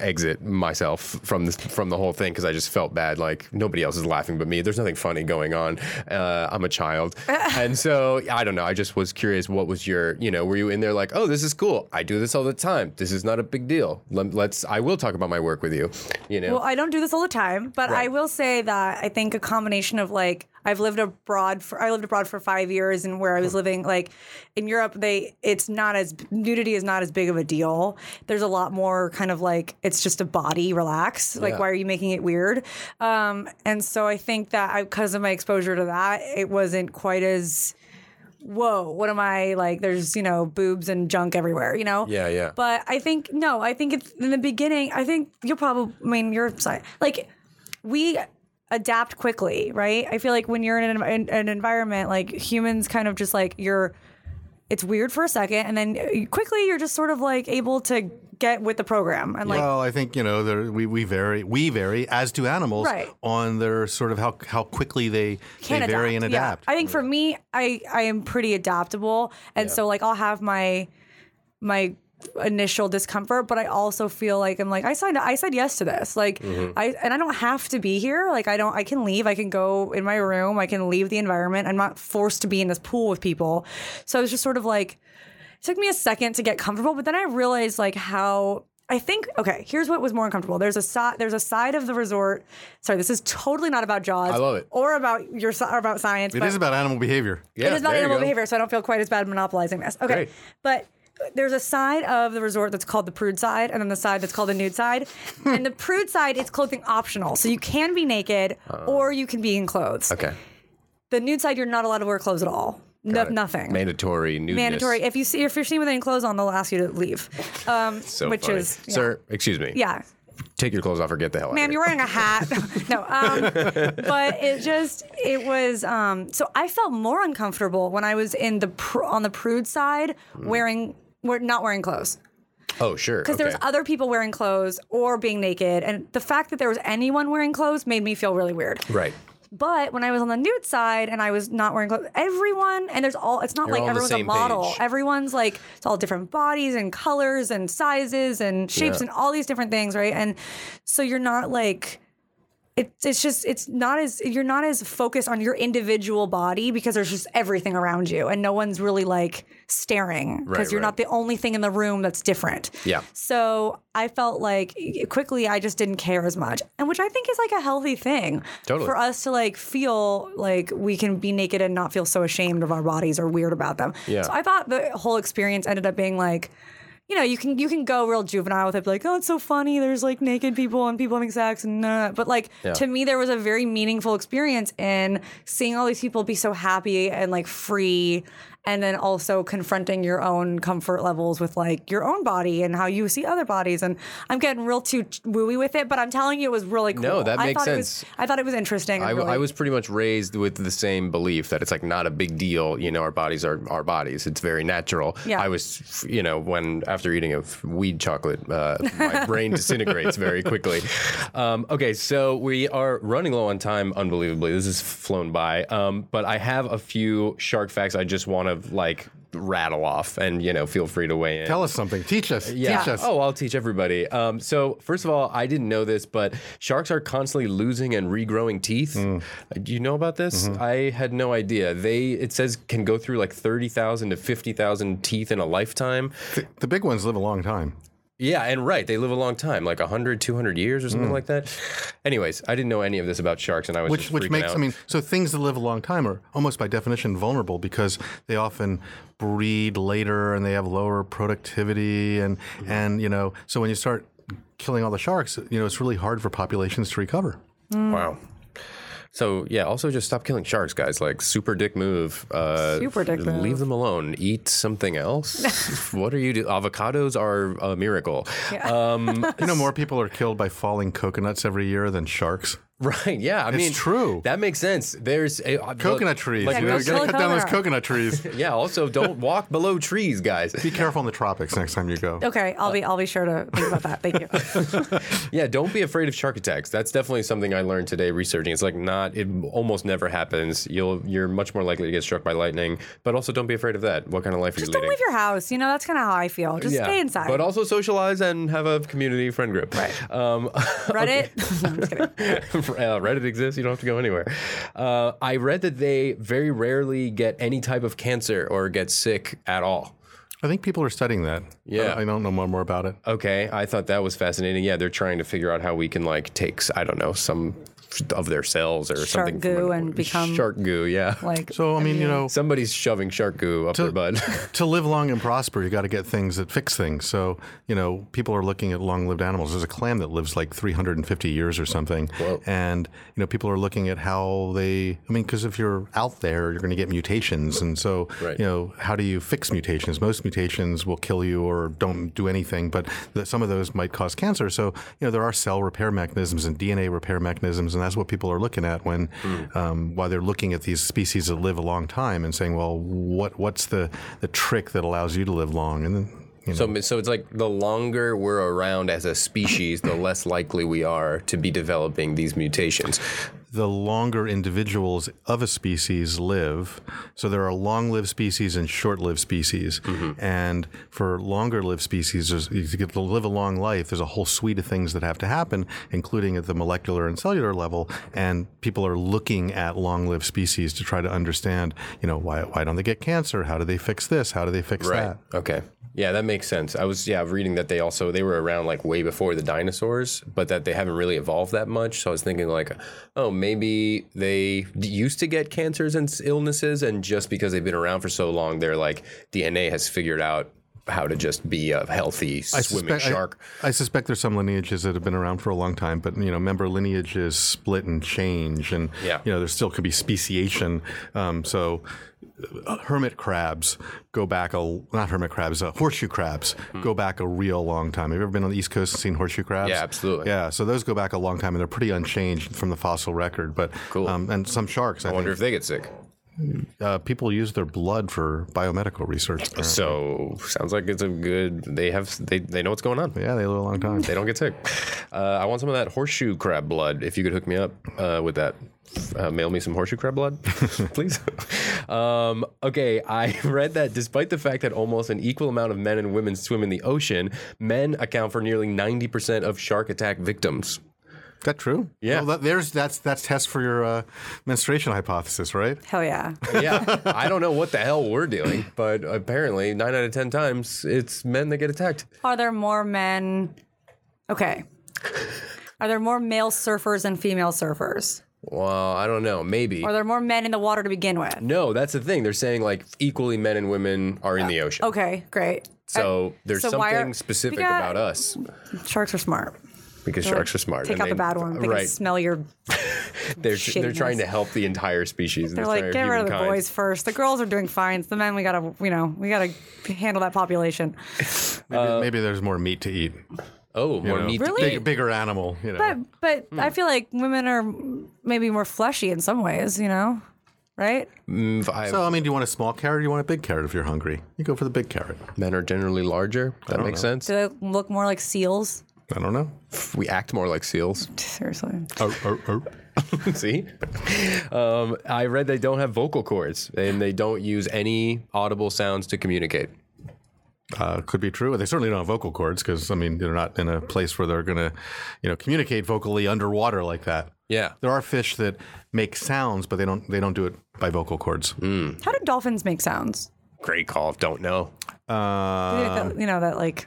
[SPEAKER 2] exit myself from this from the whole thing because I just felt bad. Like nobody else is laughing but me. There's nothing funny going on. Uh, I'm a child, and so I don't know. I just was curious. What was your, you know, were you in there like, oh, this is cool. I do this all the time. This is not a big deal. Let, let's. I will talk about my work with you. You know.
[SPEAKER 3] Well, I don't do this all the time, but I
[SPEAKER 2] Right.
[SPEAKER 3] will say that I think a combination of like I've lived abroad for I lived abroad for five years, and where I was
[SPEAKER 2] Hmm.
[SPEAKER 3] living like in Europe, they it's not as nudity is not as big of a deal. There's a lot more kind of like it's just a body relax. Like
[SPEAKER 2] Yeah.
[SPEAKER 3] why are you making it weird? Um, and so I think that I, because of my exposure to that, it wasn't quite as whoa what am i like there's you know boobs and junk everywhere you know
[SPEAKER 2] Yeah, yeah.
[SPEAKER 3] but I think no, I think it's in the beginning. I think you'll probably. I mean, you're sorry. Like we adapt quickly, right? I feel like when you're in an, in, an environment, like humans, kind of just like you're. It's weird for a second, and then uh, quickly you're just sort of like able to get with the program and like
[SPEAKER 4] well, I think you know there, we we vary we vary as do animals
[SPEAKER 3] Right.
[SPEAKER 4] on their sort of how how quickly they
[SPEAKER 3] can
[SPEAKER 4] they vary and
[SPEAKER 3] adapt. Yeah.
[SPEAKER 4] adapt.
[SPEAKER 3] I think for me, I I am pretty adaptable, and so like I'll have my my initial discomfort, but I also feel like I'm like I signed I said yes to this, like
[SPEAKER 4] Mm-hmm.
[SPEAKER 3] I and I don't have to be here. Like I don't I can leave. I can go in my room. I can leave the environment. I'm not forced to be in this pool with people. So I was just sort of like it took me a second to get comfortable, but then I realized like how I think okay, here's what was more uncomfortable. There's a side there's a side of the resort. Sorry, this is totally not about Jaws.
[SPEAKER 2] I love it.
[SPEAKER 3] Or about your si- or about science.
[SPEAKER 4] It
[SPEAKER 3] but
[SPEAKER 4] is about animal behavior.
[SPEAKER 2] Yeah,
[SPEAKER 3] it is about
[SPEAKER 2] there you
[SPEAKER 3] animal
[SPEAKER 2] go.
[SPEAKER 3] behavior, so I don't feel quite as bad monopolizing this. Okay.
[SPEAKER 2] Great.
[SPEAKER 3] But there's a side of the resort that's called the prude side, and then the side that's called the nude side. and the prude side is clothing optional. So you can be naked or you can be in clothes.
[SPEAKER 2] Oh. Okay.
[SPEAKER 3] The nude side, you're not allowed to wear clothes at all. No,
[SPEAKER 2] Got it.
[SPEAKER 3] nothing.
[SPEAKER 2] Mandatory nudeness.
[SPEAKER 3] Mandatory. If you see if you're seen with any clothes on, they'll ask you to leave. Um,
[SPEAKER 2] So
[SPEAKER 3] which
[SPEAKER 2] funny.
[SPEAKER 3] is yeah.
[SPEAKER 2] Sir, excuse me.
[SPEAKER 3] Yeah.
[SPEAKER 2] Take your clothes off or get the hell out
[SPEAKER 3] Ma'am,
[SPEAKER 2] of
[SPEAKER 3] you're
[SPEAKER 2] here.
[SPEAKER 3] wearing a hat. no, um, but it just it was. Um, so I felt more uncomfortable when I was in the pr- on the prude side wearing. We're not wearing clothes
[SPEAKER 2] Oh, sure.
[SPEAKER 3] because there was other people wearing clothes or being naked, and the fact that there was anyone wearing clothes made me feel really weird.
[SPEAKER 2] Right.
[SPEAKER 3] But when I was on the nude side and I was not wearing clothes, everyone and there's all it's not
[SPEAKER 2] You're
[SPEAKER 3] like
[SPEAKER 2] all on the
[SPEAKER 3] everyone's a
[SPEAKER 2] same
[SPEAKER 3] model.
[SPEAKER 2] page.
[SPEAKER 3] Everyone's like it's all different bodies and colors and sizes and shapes
[SPEAKER 2] Yeah.
[SPEAKER 3] and all these different things, right? And so you're not like it's it's just it's not as you're not as focused on your individual body because there's just everything around you and no one's really like staring because
[SPEAKER 2] Right,
[SPEAKER 3] you're
[SPEAKER 2] right.
[SPEAKER 3] not the only thing in the room that's different.
[SPEAKER 2] Yeah.
[SPEAKER 3] So I felt like quickly I just didn't care as much, and which I think is like a healthy thing
[SPEAKER 2] Totally.
[SPEAKER 3] for us to like feel like we can be naked and not feel so ashamed of our bodies or weird about them.
[SPEAKER 2] Yeah.
[SPEAKER 3] So I thought the whole experience ended up being like. You know, you can you can go real juvenile with it, be like, oh, it's so funny. There's like naked people and people having sex, and nah. but like
[SPEAKER 2] Yeah.
[SPEAKER 3] to me, there was a very meaningful experience in seeing all these people be so happy and like free, and then also confronting your own comfort levels with like your own body and how you see other bodies. And I'm getting real too wooey with it, but I'm telling you, it was really cool.
[SPEAKER 2] No, that
[SPEAKER 3] I
[SPEAKER 2] makes
[SPEAKER 3] thought it was-
[SPEAKER 2] sense.
[SPEAKER 3] I thought it was interesting. and
[SPEAKER 2] I, w-
[SPEAKER 3] really-
[SPEAKER 2] I was pretty much raised with the same belief that it's like not a big deal. You know, our bodies are our bodies. It's very natural.
[SPEAKER 3] Yeah.
[SPEAKER 2] I was, you know, when after eating a f- weed chocolate, uh, my brain disintegrates very quickly. Um, okay, so we are running low on time. Unbelievably, this has flown by. Um, but I have a few shark facts. I just want to like rattle off, and you know, feel free to weigh in.
[SPEAKER 4] Tell us something. Teach us.
[SPEAKER 2] Yeah.
[SPEAKER 4] Teach us.
[SPEAKER 2] Oh, I'll teach everybody. Um, so first of all, I didn't know this, but sharks are constantly losing and regrowing teeth.
[SPEAKER 4] Mm.
[SPEAKER 2] Uh, Do you know about this?
[SPEAKER 4] Mm-hmm.
[SPEAKER 2] I had no idea. They it says can go through like thirty thousand to fifty thousand teeth in a lifetime.
[SPEAKER 4] The, the big ones live a long time.
[SPEAKER 2] Yeah, and right, they live a long time, like 100, 200 years or something like that. Anyways, I didn't know any of this about sharks, and I was
[SPEAKER 4] Mm. Which
[SPEAKER 2] just
[SPEAKER 4] which
[SPEAKER 2] freaking
[SPEAKER 4] makes
[SPEAKER 2] out.
[SPEAKER 4] I mean, so things that live a long time are almost by definition vulnerable because they often breed later and they have lower productivity and
[SPEAKER 2] Mm-hmm.
[SPEAKER 4] and you know, so when you start killing all the sharks, you know, it's really hard for populations to recover.
[SPEAKER 3] Mm-hmm.
[SPEAKER 2] Wow. So yeah, also just stop killing sharks, guys. Like super dick move. Uh,
[SPEAKER 3] Super dick move.
[SPEAKER 2] Leave them alone. Eat something else. what are you do? Avocados are a miracle.
[SPEAKER 4] You know, more people are killed by falling coconuts every year than sharks.
[SPEAKER 2] Right? Yeah. I mean,
[SPEAKER 4] true.
[SPEAKER 2] That makes sense. There's a, uh,
[SPEAKER 4] Coconut
[SPEAKER 2] look,
[SPEAKER 4] trees.
[SPEAKER 2] Like,
[SPEAKER 4] you know,
[SPEAKER 3] go
[SPEAKER 4] you gotta
[SPEAKER 3] kill a
[SPEAKER 4] cut down those
[SPEAKER 3] coconut.
[SPEAKER 4] coconut trees.
[SPEAKER 2] yeah. Also, don't walk below trees, guys.
[SPEAKER 4] Be careful in the tropics next time you go.
[SPEAKER 3] Okay, I'll be
[SPEAKER 2] Uh,
[SPEAKER 3] I'll be sure to think about that. Thank you.
[SPEAKER 2] Yeah, don't be afraid of shark attacks. That's definitely something I learned today researching. It's like not it almost never happens. You'll you're much more likely to get struck by lightning, but also don't be afraid of that. What kind of life are you
[SPEAKER 3] Just
[SPEAKER 2] leading?
[SPEAKER 3] don't leave your house. You know that's kind of how I feel. Just
[SPEAKER 2] Yeah.
[SPEAKER 3] stay inside.
[SPEAKER 2] But also socialize and have a community friend group. Right. Um,
[SPEAKER 3] Reddit. No, I'm just kidding.
[SPEAKER 2] uh, Reddit exists. You don't have to go anywhere. Uh, I read that they very rarely get any type of cancer or get sick at all.
[SPEAKER 4] I think people are studying that.
[SPEAKER 2] Yeah. Uh,
[SPEAKER 4] I, I don't know more, more about it.
[SPEAKER 2] Okay, I thought that was fascinating. Yeah, they're trying to figure out how we can like take I don't know some of their cells or something. from
[SPEAKER 3] goo
[SPEAKER 2] an-
[SPEAKER 3] and become-
[SPEAKER 2] shark goo. Yeah.
[SPEAKER 3] Like
[SPEAKER 4] So I mean, you know,
[SPEAKER 2] Somebody's shoving shark goo up their butt.
[SPEAKER 4] to live long and prosper, you got to get things that fix things. So, you know, people are looking at long-lived animals. There's a clam that lives like 350 years or something, and you know, people are looking at how they. I mean, because if you're out there, you're going to get mutations, and so
[SPEAKER 2] Right.
[SPEAKER 4] you know, how do you fix mutations? Most mutations will kill you or don't do anything, but th- some of those might cause cancer. So, you know, there are cell repair mechanisms and DNA repair mechanisms, and that's what people are looking at when um, while they're looking at these species that live a long time and saying, well, what what's the the trick that allows you to live long? And then, you know,
[SPEAKER 2] so, so it's like the longer we're around as a species, the less likely we are to be developing these mutations.
[SPEAKER 4] the longer individuals of a species live. So there are long lived species and short lived species. And for longer lived species, there's- if you get to live a long life, there's a whole suite of things that have to happen, including at the molecular and cellular level. And people are looking at long lived species to try to understand, you know, why, why don't they get cancer? How do they fix this? How do they fix that?
[SPEAKER 2] Okay. Yeah, that makes sense. I was yeah reading that they also they were around like way before the dinosaurs, but that they haven't really evolved that much. So I was thinking like, oh, maybe they d- used to get cancers and s- illnesses, and just because they've been around for so long, they're like DNA has figured out how to just be a healthy swimming
[SPEAKER 4] suspect-
[SPEAKER 2] shark.
[SPEAKER 4] I, I suspect there's some lineages that have been around for a long time, but you know, member lineages split and change, and
[SPEAKER 2] Yeah.
[SPEAKER 4] you know, there still could be speciation. Um, so, uh, hermit crabs go back a not hermit crabs, uh, horseshoe crabs
[SPEAKER 2] Hmm.
[SPEAKER 4] go back a real long time. Have you ever been on the East Coast and seen horseshoe crabs?
[SPEAKER 2] Yeah, absolutely.
[SPEAKER 4] Yeah, so those go back a long time, and they're pretty unchanged from the fossil record. But
[SPEAKER 2] Cool.
[SPEAKER 4] um, and some sharks, I,
[SPEAKER 2] I wonder
[SPEAKER 4] think,
[SPEAKER 2] if they get sick.
[SPEAKER 4] uh, people use their blood for biomedical research. apparently.
[SPEAKER 2] So sounds like it's a good. They have they they know what's going on.
[SPEAKER 4] yeah, they live a long time.
[SPEAKER 2] They don't get sick. Uh, I want some of that horseshoe crab blood. If you could hook me up uh, with that, uh, mail me some horseshoe crab blood, please. um, okay, I read that despite the fact that almost an equal amount of men and women swim in the ocean, men account for nearly 90% of shark attack victims.
[SPEAKER 4] Is that true?
[SPEAKER 2] Yeah.
[SPEAKER 4] Well, that, there's that's that's test for your uh, menstruation hypothesis, right?
[SPEAKER 3] hell yeah.
[SPEAKER 2] Yeah, I don't know what the hell we're doing, but apparently nine out of 10 times it's men that get attacked.
[SPEAKER 3] Are there more men? Okay. Are there more male surfers than female surfers?
[SPEAKER 2] Well, I don't know. Maybe.
[SPEAKER 3] Are there more men in the water to begin with?
[SPEAKER 2] No, that's the thing. They're saying like equally men and women are in the ocean.
[SPEAKER 3] Okay, great. Uh,
[SPEAKER 2] So there's
[SPEAKER 3] so why are-
[SPEAKER 2] something specific
[SPEAKER 3] We got-
[SPEAKER 2] about us
[SPEAKER 3] Sharks are smart.
[SPEAKER 2] because sharks are smart.
[SPEAKER 3] Take
[SPEAKER 2] and
[SPEAKER 3] out the
[SPEAKER 2] they-
[SPEAKER 3] bad one. They
[SPEAKER 2] right?
[SPEAKER 3] can smell your.
[SPEAKER 2] they're
[SPEAKER 3] shittiness.
[SPEAKER 2] they're trying to help the entire species.
[SPEAKER 3] They're like, get rid of the boys first. The girls are doing fine. It's the men we gotta, you know, we gotta handle that population.
[SPEAKER 4] Maybe, maybe there's more meat to eat.
[SPEAKER 2] Oh, more
[SPEAKER 4] know.
[SPEAKER 2] Uh, meat.
[SPEAKER 3] Really?
[SPEAKER 2] To
[SPEAKER 4] Big, bigger animal, you know.
[SPEAKER 3] But but
[SPEAKER 4] Hmm.
[SPEAKER 3] I feel like women are maybe more fleshy in some ways, you know, right?
[SPEAKER 2] eat. I-
[SPEAKER 4] so, I mean, do you want a small carrot or you want a big carrot if you're hungry? You go for the big carrot. Hmm.
[SPEAKER 2] men are generally larger. That makes sense.
[SPEAKER 3] Do they look more like seals?
[SPEAKER 4] I don't know.
[SPEAKER 2] We act more like seals.
[SPEAKER 3] Seriously.
[SPEAKER 4] Oh.
[SPEAKER 2] See, um, I read they don't have vocal cords and they don't use any audible sounds to communicate.
[SPEAKER 4] Uh, could be true. They certainly don't have vocal cords because I mean they're not in a place where they're going to, you know, communicate vocally underwater like that.
[SPEAKER 2] Yeah,
[SPEAKER 4] There are fish that make sounds, but they don't they don't do it by vocal cords.
[SPEAKER 3] How do dolphins make sounds?
[SPEAKER 2] great call. Don't know.
[SPEAKER 3] Do they
[SPEAKER 4] Um,
[SPEAKER 3] have that- you know that like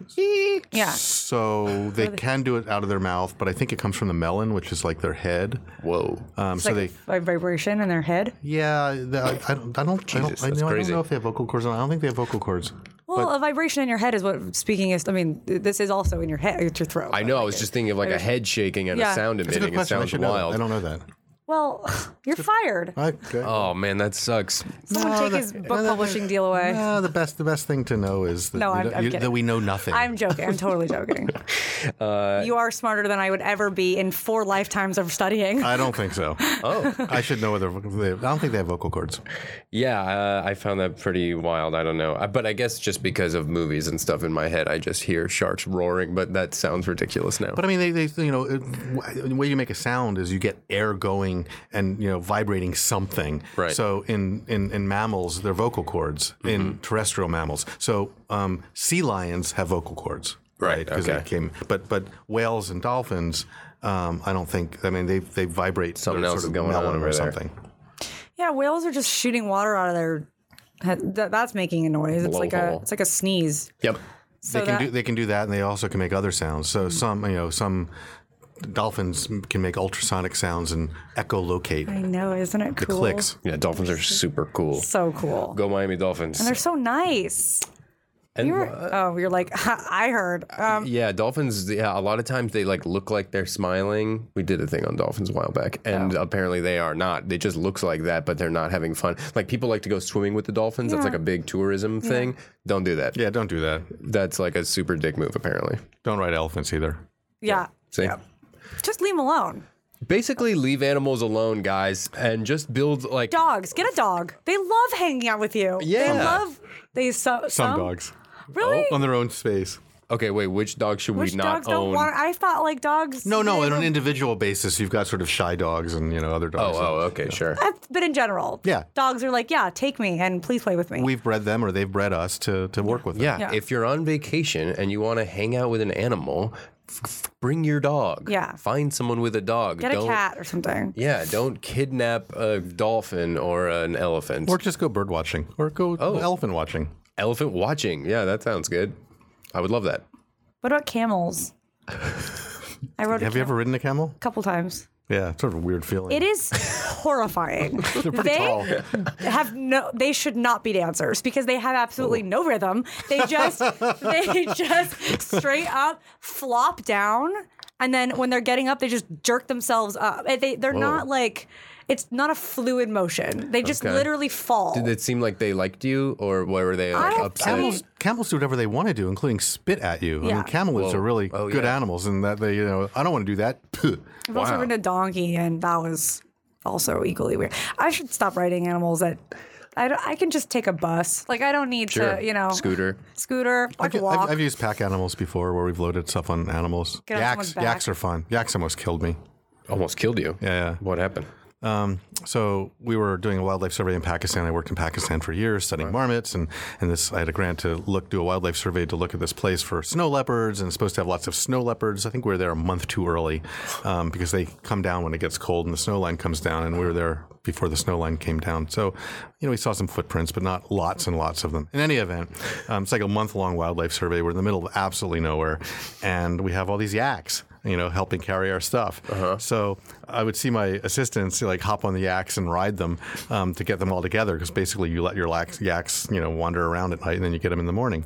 [SPEAKER 3] yeah.
[SPEAKER 4] So they can do it out of their mouth, but I think it comes from the melon, which is like their head.
[SPEAKER 2] Whoa.
[SPEAKER 4] Um,
[SPEAKER 3] It's
[SPEAKER 4] so
[SPEAKER 3] like
[SPEAKER 4] they,
[SPEAKER 3] a vibration in their head.
[SPEAKER 4] yeah, the, I, I don't, I don't,
[SPEAKER 2] Jesus,
[SPEAKER 4] I, don't, I,
[SPEAKER 2] that's
[SPEAKER 4] know, I don't
[SPEAKER 2] crazy.
[SPEAKER 4] know if they have vocal cords. Or not. I don't think they have vocal cords.
[SPEAKER 3] Well, a vibration in your head is what speaking is. I mean, th- this is also in your head, it's your throat.
[SPEAKER 2] I know. I was just thinking of like a head shaking and a
[SPEAKER 3] Yeah.
[SPEAKER 2] sound
[SPEAKER 4] That's a good
[SPEAKER 2] emitting. It
[SPEAKER 4] question. I
[SPEAKER 2] sounds
[SPEAKER 4] should know. that. I
[SPEAKER 2] wild.
[SPEAKER 4] don't know that.
[SPEAKER 3] Well, you're fired.
[SPEAKER 4] Okay.
[SPEAKER 2] Oh man, that sucks.
[SPEAKER 3] Someone take his book publishing deal away.
[SPEAKER 4] No, Uh, the best the best thing to know is that,
[SPEAKER 3] No,
[SPEAKER 4] we
[SPEAKER 3] I'm-
[SPEAKER 4] don't-
[SPEAKER 3] I'm
[SPEAKER 4] you-
[SPEAKER 3] kidding.
[SPEAKER 4] that we know nothing. Uh,
[SPEAKER 3] I'm joking. I'm totally joking. you are smarter than I would ever be in four lifetimes of studying.
[SPEAKER 4] I don't think so. oh, I should know whether they, I don't think they have vocal cords.
[SPEAKER 2] Yeah, uh, I found that pretty wild. I don't know, I, but I guess just because of movies and stuff in my head, I just hear sharks roaring. But that sounds ridiculous now.
[SPEAKER 4] But I mean, they, they you know, it, w- the way you make a sound is you get air going and you know vibrating something.
[SPEAKER 2] Right.
[SPEAKER 4] So in in, in mammals, they're vocal cords.
[SPEAKER 2] Mm-hmm.
[SPEAKER 4] In terrestrial mammals, so um, sea lions have vocal cords.
[SPEAKER 2] Right,
[SPEAKER 4] Because
[SPEAKER 2] okay.
[SPEAKER 4] they came, but but whales and dolphins. Um, I don't think. I mean, they they vibrate
[SPEAKER 2] Something
[SPEAKER 4] their
[SPEAKER 2] else is
[SPEAKER 4] sort of
[SPEAKER 2] going on
[SPEAKER 4] melon
[SPEAKER 2] over there.
[SPEAKER 4] or something.
[SPEAKER 3] yeah, whales are just shooting water out of their head. Th- that's making a noise. It's like a
[SPEAKER 2] Blowhole.
[SPEAKER 3] it's like a sneeze.
[SPEAKER 2] yep.
[SPEAKER 3] So that-
[SPEAKER 4] they can
[SPEAKER 3] Mm-hmm.
[SPEAKER 4] do they can do that, and they also can make other sounds. So some you know some dolphins can make ultrasonic sounds and echolocate
[SPEAKER 3] I know, isn't it cool?
[SPEAKER 4] clicks.
[SPEAKER 2] Yeah, dolphins are super cool.
[SPEAKER 3] So cool.
[SPEAKER 2] Go Miami Dolphins.
[SPEAKER 3] They're so nice.
[SPEAKER 2] And,
[SPEAKER 3] You're,
[SPEAKER 2] uh,
[SPEAKER 3] oh, you're like ha, I heard. Um,
[SPEAKER 2] yeah, dolphins. Yeah, a lot of times they like look like they're smiling. We did a thing on dolphins a while back, and apparently they are not. It just looks like that, but they're not having fun. Like people like to go swimming with the dolphins. That's like a big tourism thing. Don't do that.
[SPEAKER 4] Yeah, don't do that.
[SPEAKER 2] That's like a super dick move, apparently.
[SPEAKER 4] Don't ride elephants either.
[SPEAKER 3] yeah.
[SPEAKER 2] See,
[SPEAKER 3] just leave them alone.
[SPEAKER 2] basically leave animals alone, guys, and just build like.
[SPEAKER 3] Dogs, get a dog. They love hanging out with you.
[SPEAKER 2] Yeah.
[SPEAKER 3] they love. They so, some
[SPEAKER 4] dogs Oh,
[SPEAKER 3] really.
[SPEAKER 4] on their own space.
[SPEAKER 2] Okay, wait. Which dog should
[SPEAKER 3] Which
[SPEAKER 2] we not
[SPEAKER 3] dogs
[SPEAKER 2] own?
[SPEAKER 3] don't want? I thought like dogs.
[SPEAKER 4] No, no,
[SPEAKER 3] they
[SPEAKER 4] on an
[SPEAKER 3] don't-
[SPEAKER 4] individual basis, you've got sort of shy dogs and you know other
[SPEAKER 2] oh,
[SPEAKER 4] dogs.
[SPEAKER 2] oh, okay, sure.
[SPEAKER 3] But in general,
[SPEAKER 4] Yeah.
[SPEAKER 3] dogs are like, yeah, take me and please play with me.
[SPEAKER 4] We've bred them, or they've bred us to to work with them.
[SPEAKER 2] Yeah,
[SPEAKER 3] Yeah.
[SPEAKER 2] if you're on vacation and you want to hang out with an animal, f- f- bring your dog.
[SPEAKER 3] Yeah.
[SPEAKER 2] Find someone with a dog.
[SPEAKER 3] get a
[SPEAKER 2] Don't-
[SPEAKER 3] cat or something.
[SPEAKER 2] Yeah, don't kidnap a dolphin or an elephant.
[SPEAKER 4] Or just go bird watching, Oh. or go elephant watching.
[SPEAKER 2] elephant watching. Yeah, that sounds good. I would love that.
[SPEAKER 3] What about camels? I rode a
[SPEAKER 4] Have you ever ridden a camel?
[SPEAKER 3] couple times.
[SPEAKER 4] Yeah, it's sort of a weird feeling. Oh.
[SPEAKER 3] It is horrifying. They're
[SPEAKER 4] pretty tall.
[SPEAKER 3] have no they should not be dancers because they have absolutely no rhythm. They just they just straight up flop down and then when they're getting up they just jerk themselves up. And They they're not like it's not a fluid motion. They just
[SPEAKER 2] Okay.
[SPEAKER 3] literally fall.
[SPEAKER 2] Did it seem like they liked you, or were they like
[SPEAKER 3] I-
[SPEAKER 2] upset?
[SPEAKER 4] Camels, camels do whatever they want to do, including spit at you. I
[SPEAKER 3] Yeah.
[SPEAKER 4] mean, camelids
[SPEAKER 2] Whoa.
[SPEAKER 4] are really
[SPEAKER 2] Oh,
[SPEAKER 4] good
[SPEAKER 2] yeah.
[SPEAKER 4] animals, and that they, you know, I don't want to do that.
[SPEAKER 3] I've also
[SPEAKER 2] Wow.
[SPEAKER 3] ridden a donkey and that was also equally weird. I should stop riding animals that I, don't, I can just take a bus. Like I don't need
[SPEAKER 2] Sure.
[SPEAKER 3] to, you know,
[SPEAKER 2] Scooter.
[SPEAKER 3] Scooter. I
[SPEAKER 4] I've,
[SPEAKER 3] can
[SPEAKER 4] I've-
[SPEAKER 3] walk.
[SPEAKER 4] I've used pack animals before, where we've loaded stuff on animals.
[SPEAKER 3] Get on
[SPEAKER 4] yaks,
[SPEAKER 3] someone's back.
[SPEAKER 4] yaks are fun. Yaks almost killed me.
[SPEAKER 2] Almost killed you.
[SPEAKER 4] Yeah.
[SPEAKER 2] What happened?
[SPEAKER 4] So we were doing a wildlife survey in Pakistan. I worked in Pakistan for years studying marmots, and and this I had a grant to look do a wildlife survey to look at this place for snow leopards, and it's supposed to have lots of snow leopards. I think we were there a month too early um, because they come down when it gets cold and the snow line comes down, and we were there before the snow line came down. So you know we saw some footprints, but not lots and lots of them. In any event, um, it's like a month long wildlife survey. We're in the middle of absolutely nowhere, and we have all these yaks you know, helping carry our stuff. So I would see my assistants like hop on the yaks and ride them um, to get them all together because basically you let your lax, yaks, you know, wander around at night and then you get them in the morning.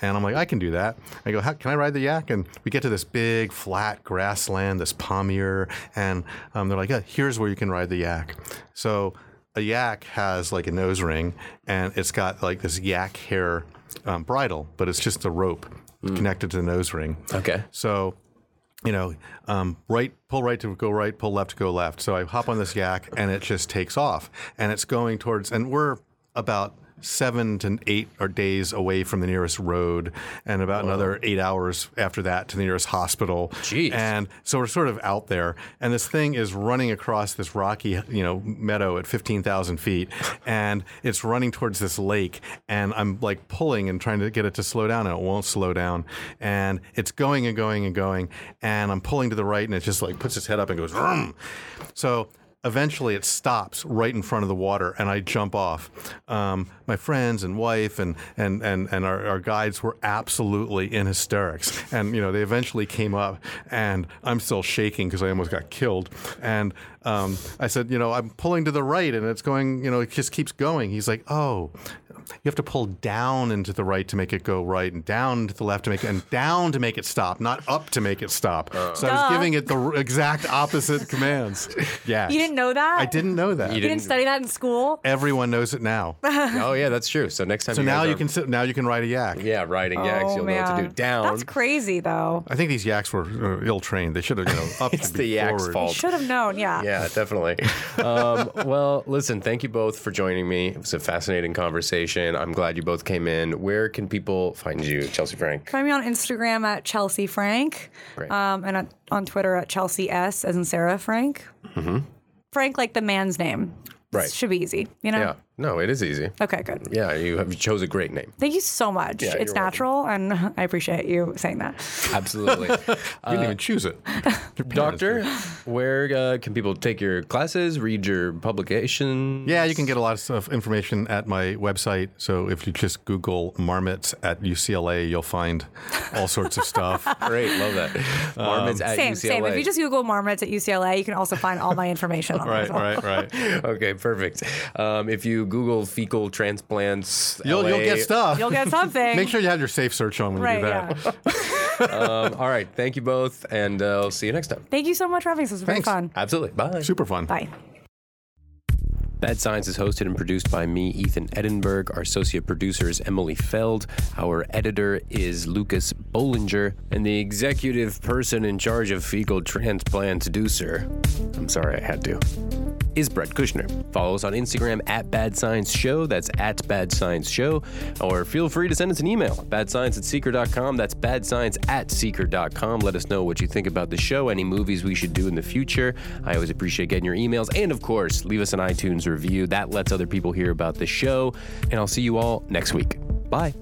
[SPEAKER 4] And I'm like, I can do that. I go, How, can I ride the yak? And we get to this big flat grassland, this palmier, and um, they're like, yeah, here's where you can ride the yak. So a yak has like a nose ring and it's got like this yak hair um, bridle, but it's just a rope connected to the nose ring.
[SPEAKER 2] Okay.
[SPEAKER 4] So, you know, um, right, pull right to go right, pull left to go left. So I hop on this yak and it just takes off and it's going towards, and we're about seven to eight or days away from the nearest road, and about another eight hours after that to the nearest hospital.
[SPEAKER 2] Jeez.
[SPEAKER 4] And so we're sort of out there, and this thing is running across this rocky, you know, meadow at fifteen thousand feet, and it's running towards this lake, and I'm like pulling and trying to get it to slow down, and it won't slow down, and it's going and going and going, and I'm pulling to the right, and it just like puts its head up and goes, vroom. so eventually it stops right in front of the water and I jump off. Um, my friends and wife and and and, and our, our guides were absolutely in hysterics. And you know, they eventually came up and I'm still shaking because I almost got killed. And um, I said, you know, I'm pulling to the right and it's going, you know, it just keeps going. He's like, oh, you have to pull down into the right to make it go right and down to the left to make it and down to make it stop, not up to make it stop. so I was
[SPEAKER 3] Duh.
[SPEAKER 4] giving it the r- exact opposite commands. Yeah.
[SPEAKER 3] You didn't know that?
[SPEAKER 4] I didn't know that.
[SPEAKER 3] You didn't study that in school?
[SPEAKER 4] Everyone knows it now.
[SPEAKER 2] Oh yeah, that's true. So next time.
[SPEAKER 4] So
[SPEAKER 2] you
[SPEAKER 4] now
[SPEAKER 2] guys
[SPEAKER 4] you
[SPEAKER 2] are-
[SPEAKER 4] can sit, now you can ride a yak.
[SPEAKER 2] Yeah, riding yaks,
[SPEAKER 3] Oh,
[SPEAKER 2] you'll know what to do.
[SPEAKER 3] man.
[SPEAKER 2] Down.
[SPEAKER 3] That's crazy, though.
[SPEAKER 4] I think these yaks were uh, ill trained. They should have you know up.
[SPEAKER 2] It's
[SPEAKER 4] to be
[SPEAKER 2] the yak's
[SPEAKER 4] forward.
[SPEAKER 2] fault.
[SPEAKER 3] Should have known, yeah.
[SPEAKER 2] Yeah, definitely. Um, well, listen, thank you both for joining me. It was a fascinating conversation. I'm glad you both came in. Where can people find you, Chelsea Frank?
[SPEAKER 3] Find me on Instagram at Chelsea Frank,
[SPEAKER 2] Great.
[SPEAKER 3] um, and at, on Twitter at Chelsea S, as in Sarah Frank. Frank, like the man's name.
[SPEAKER 2] Mm-hmm. Right.
[SPEAKER 3] Should be easy, you know?
[SPEAKER 2] Yeah, no, it is easy.
[SPEAKER 3] Okay, good.
[SPEAKER 2] Yeah, you have you chose a great name.
[SPEAKER 3] Thank you so much.
[SPEAKER 2] Yeah,
[SPEAKER 3] it's
[SPEAKER 2] you're welcome.
[SPEAKER 3] natural, and I appreciate you saying that.
[SPEAKER 2] Absolutely.
[SPEAKER 4] You didn't even choose it. Your parents
[SPEAKER 2] Uh, Doctor,
[SPEAKER 4] did.
[SPEAKER 2] where uh, can people take your classes, read your publication?
[SPEAKER 4] Yeah, you can get a lot of stuff, information at my website. So if you just Google marmots at UCLA, you'll find all sorts of stuff.
[SPEAKER 2] Great, love that. Um, Marmots at
[SPEAKER 3] same,
[SPEAKER 2] UCLA.
[SPEAKER 3] same. If you just Google marmots at UCLA, you can also find all my information on
[SPEAKER 4] right,
[SPEAKER 3] there.
[SPEAKER 4] right, right.
[SPEAKER 2] okay, perfect. Um, if you Google fecal transplants,
[SPEAKER 4] You'll you'll
[SPEAKER 2] LA,
[SPEAKER 4] get stuff.
[SPEAKER 3] You'll get something.
[SPEAKER 4] Make sure you have your safe search on when
[SPEAKER 3] Right,
[SPEAKER 4] you do that.
[SPEAKER 3] yeah.
[SPEAKER 2] Um, all right, thank you both, and uh, I'll see you next time.
[SPEAKER 3] Thank you so much for having us. It was very
[SPEAKER 4] Thanks.
[SPEAKER 3] fun.
[SPEAKER 2] Absolutely. Bye.
[SPEAKER 4] Super fun.
[SPEAKER 3] Bye.
[SPEAKER 2] Bad Science is hosted and produced by me, Ethan Edinburgh. Our associate producer is Emily Feld. Our editor is Lucas Bollinger. And the executive person in charge of fecal transplants, Deucer, I'm sorry I had to, is Brett Kushner. Follow us on Instagram at Bad Science Show. That's at Bad Science Show. Or feel free to send us an email, badscience at seeker.com. That's badscience at seeker.com. Let us know what you think about the show, any movies we should do in the future. I always appreciate getting your emails. And of course, leave us an iTunes review. That lets other people hear about the show. And I'll see you all next week. Bye.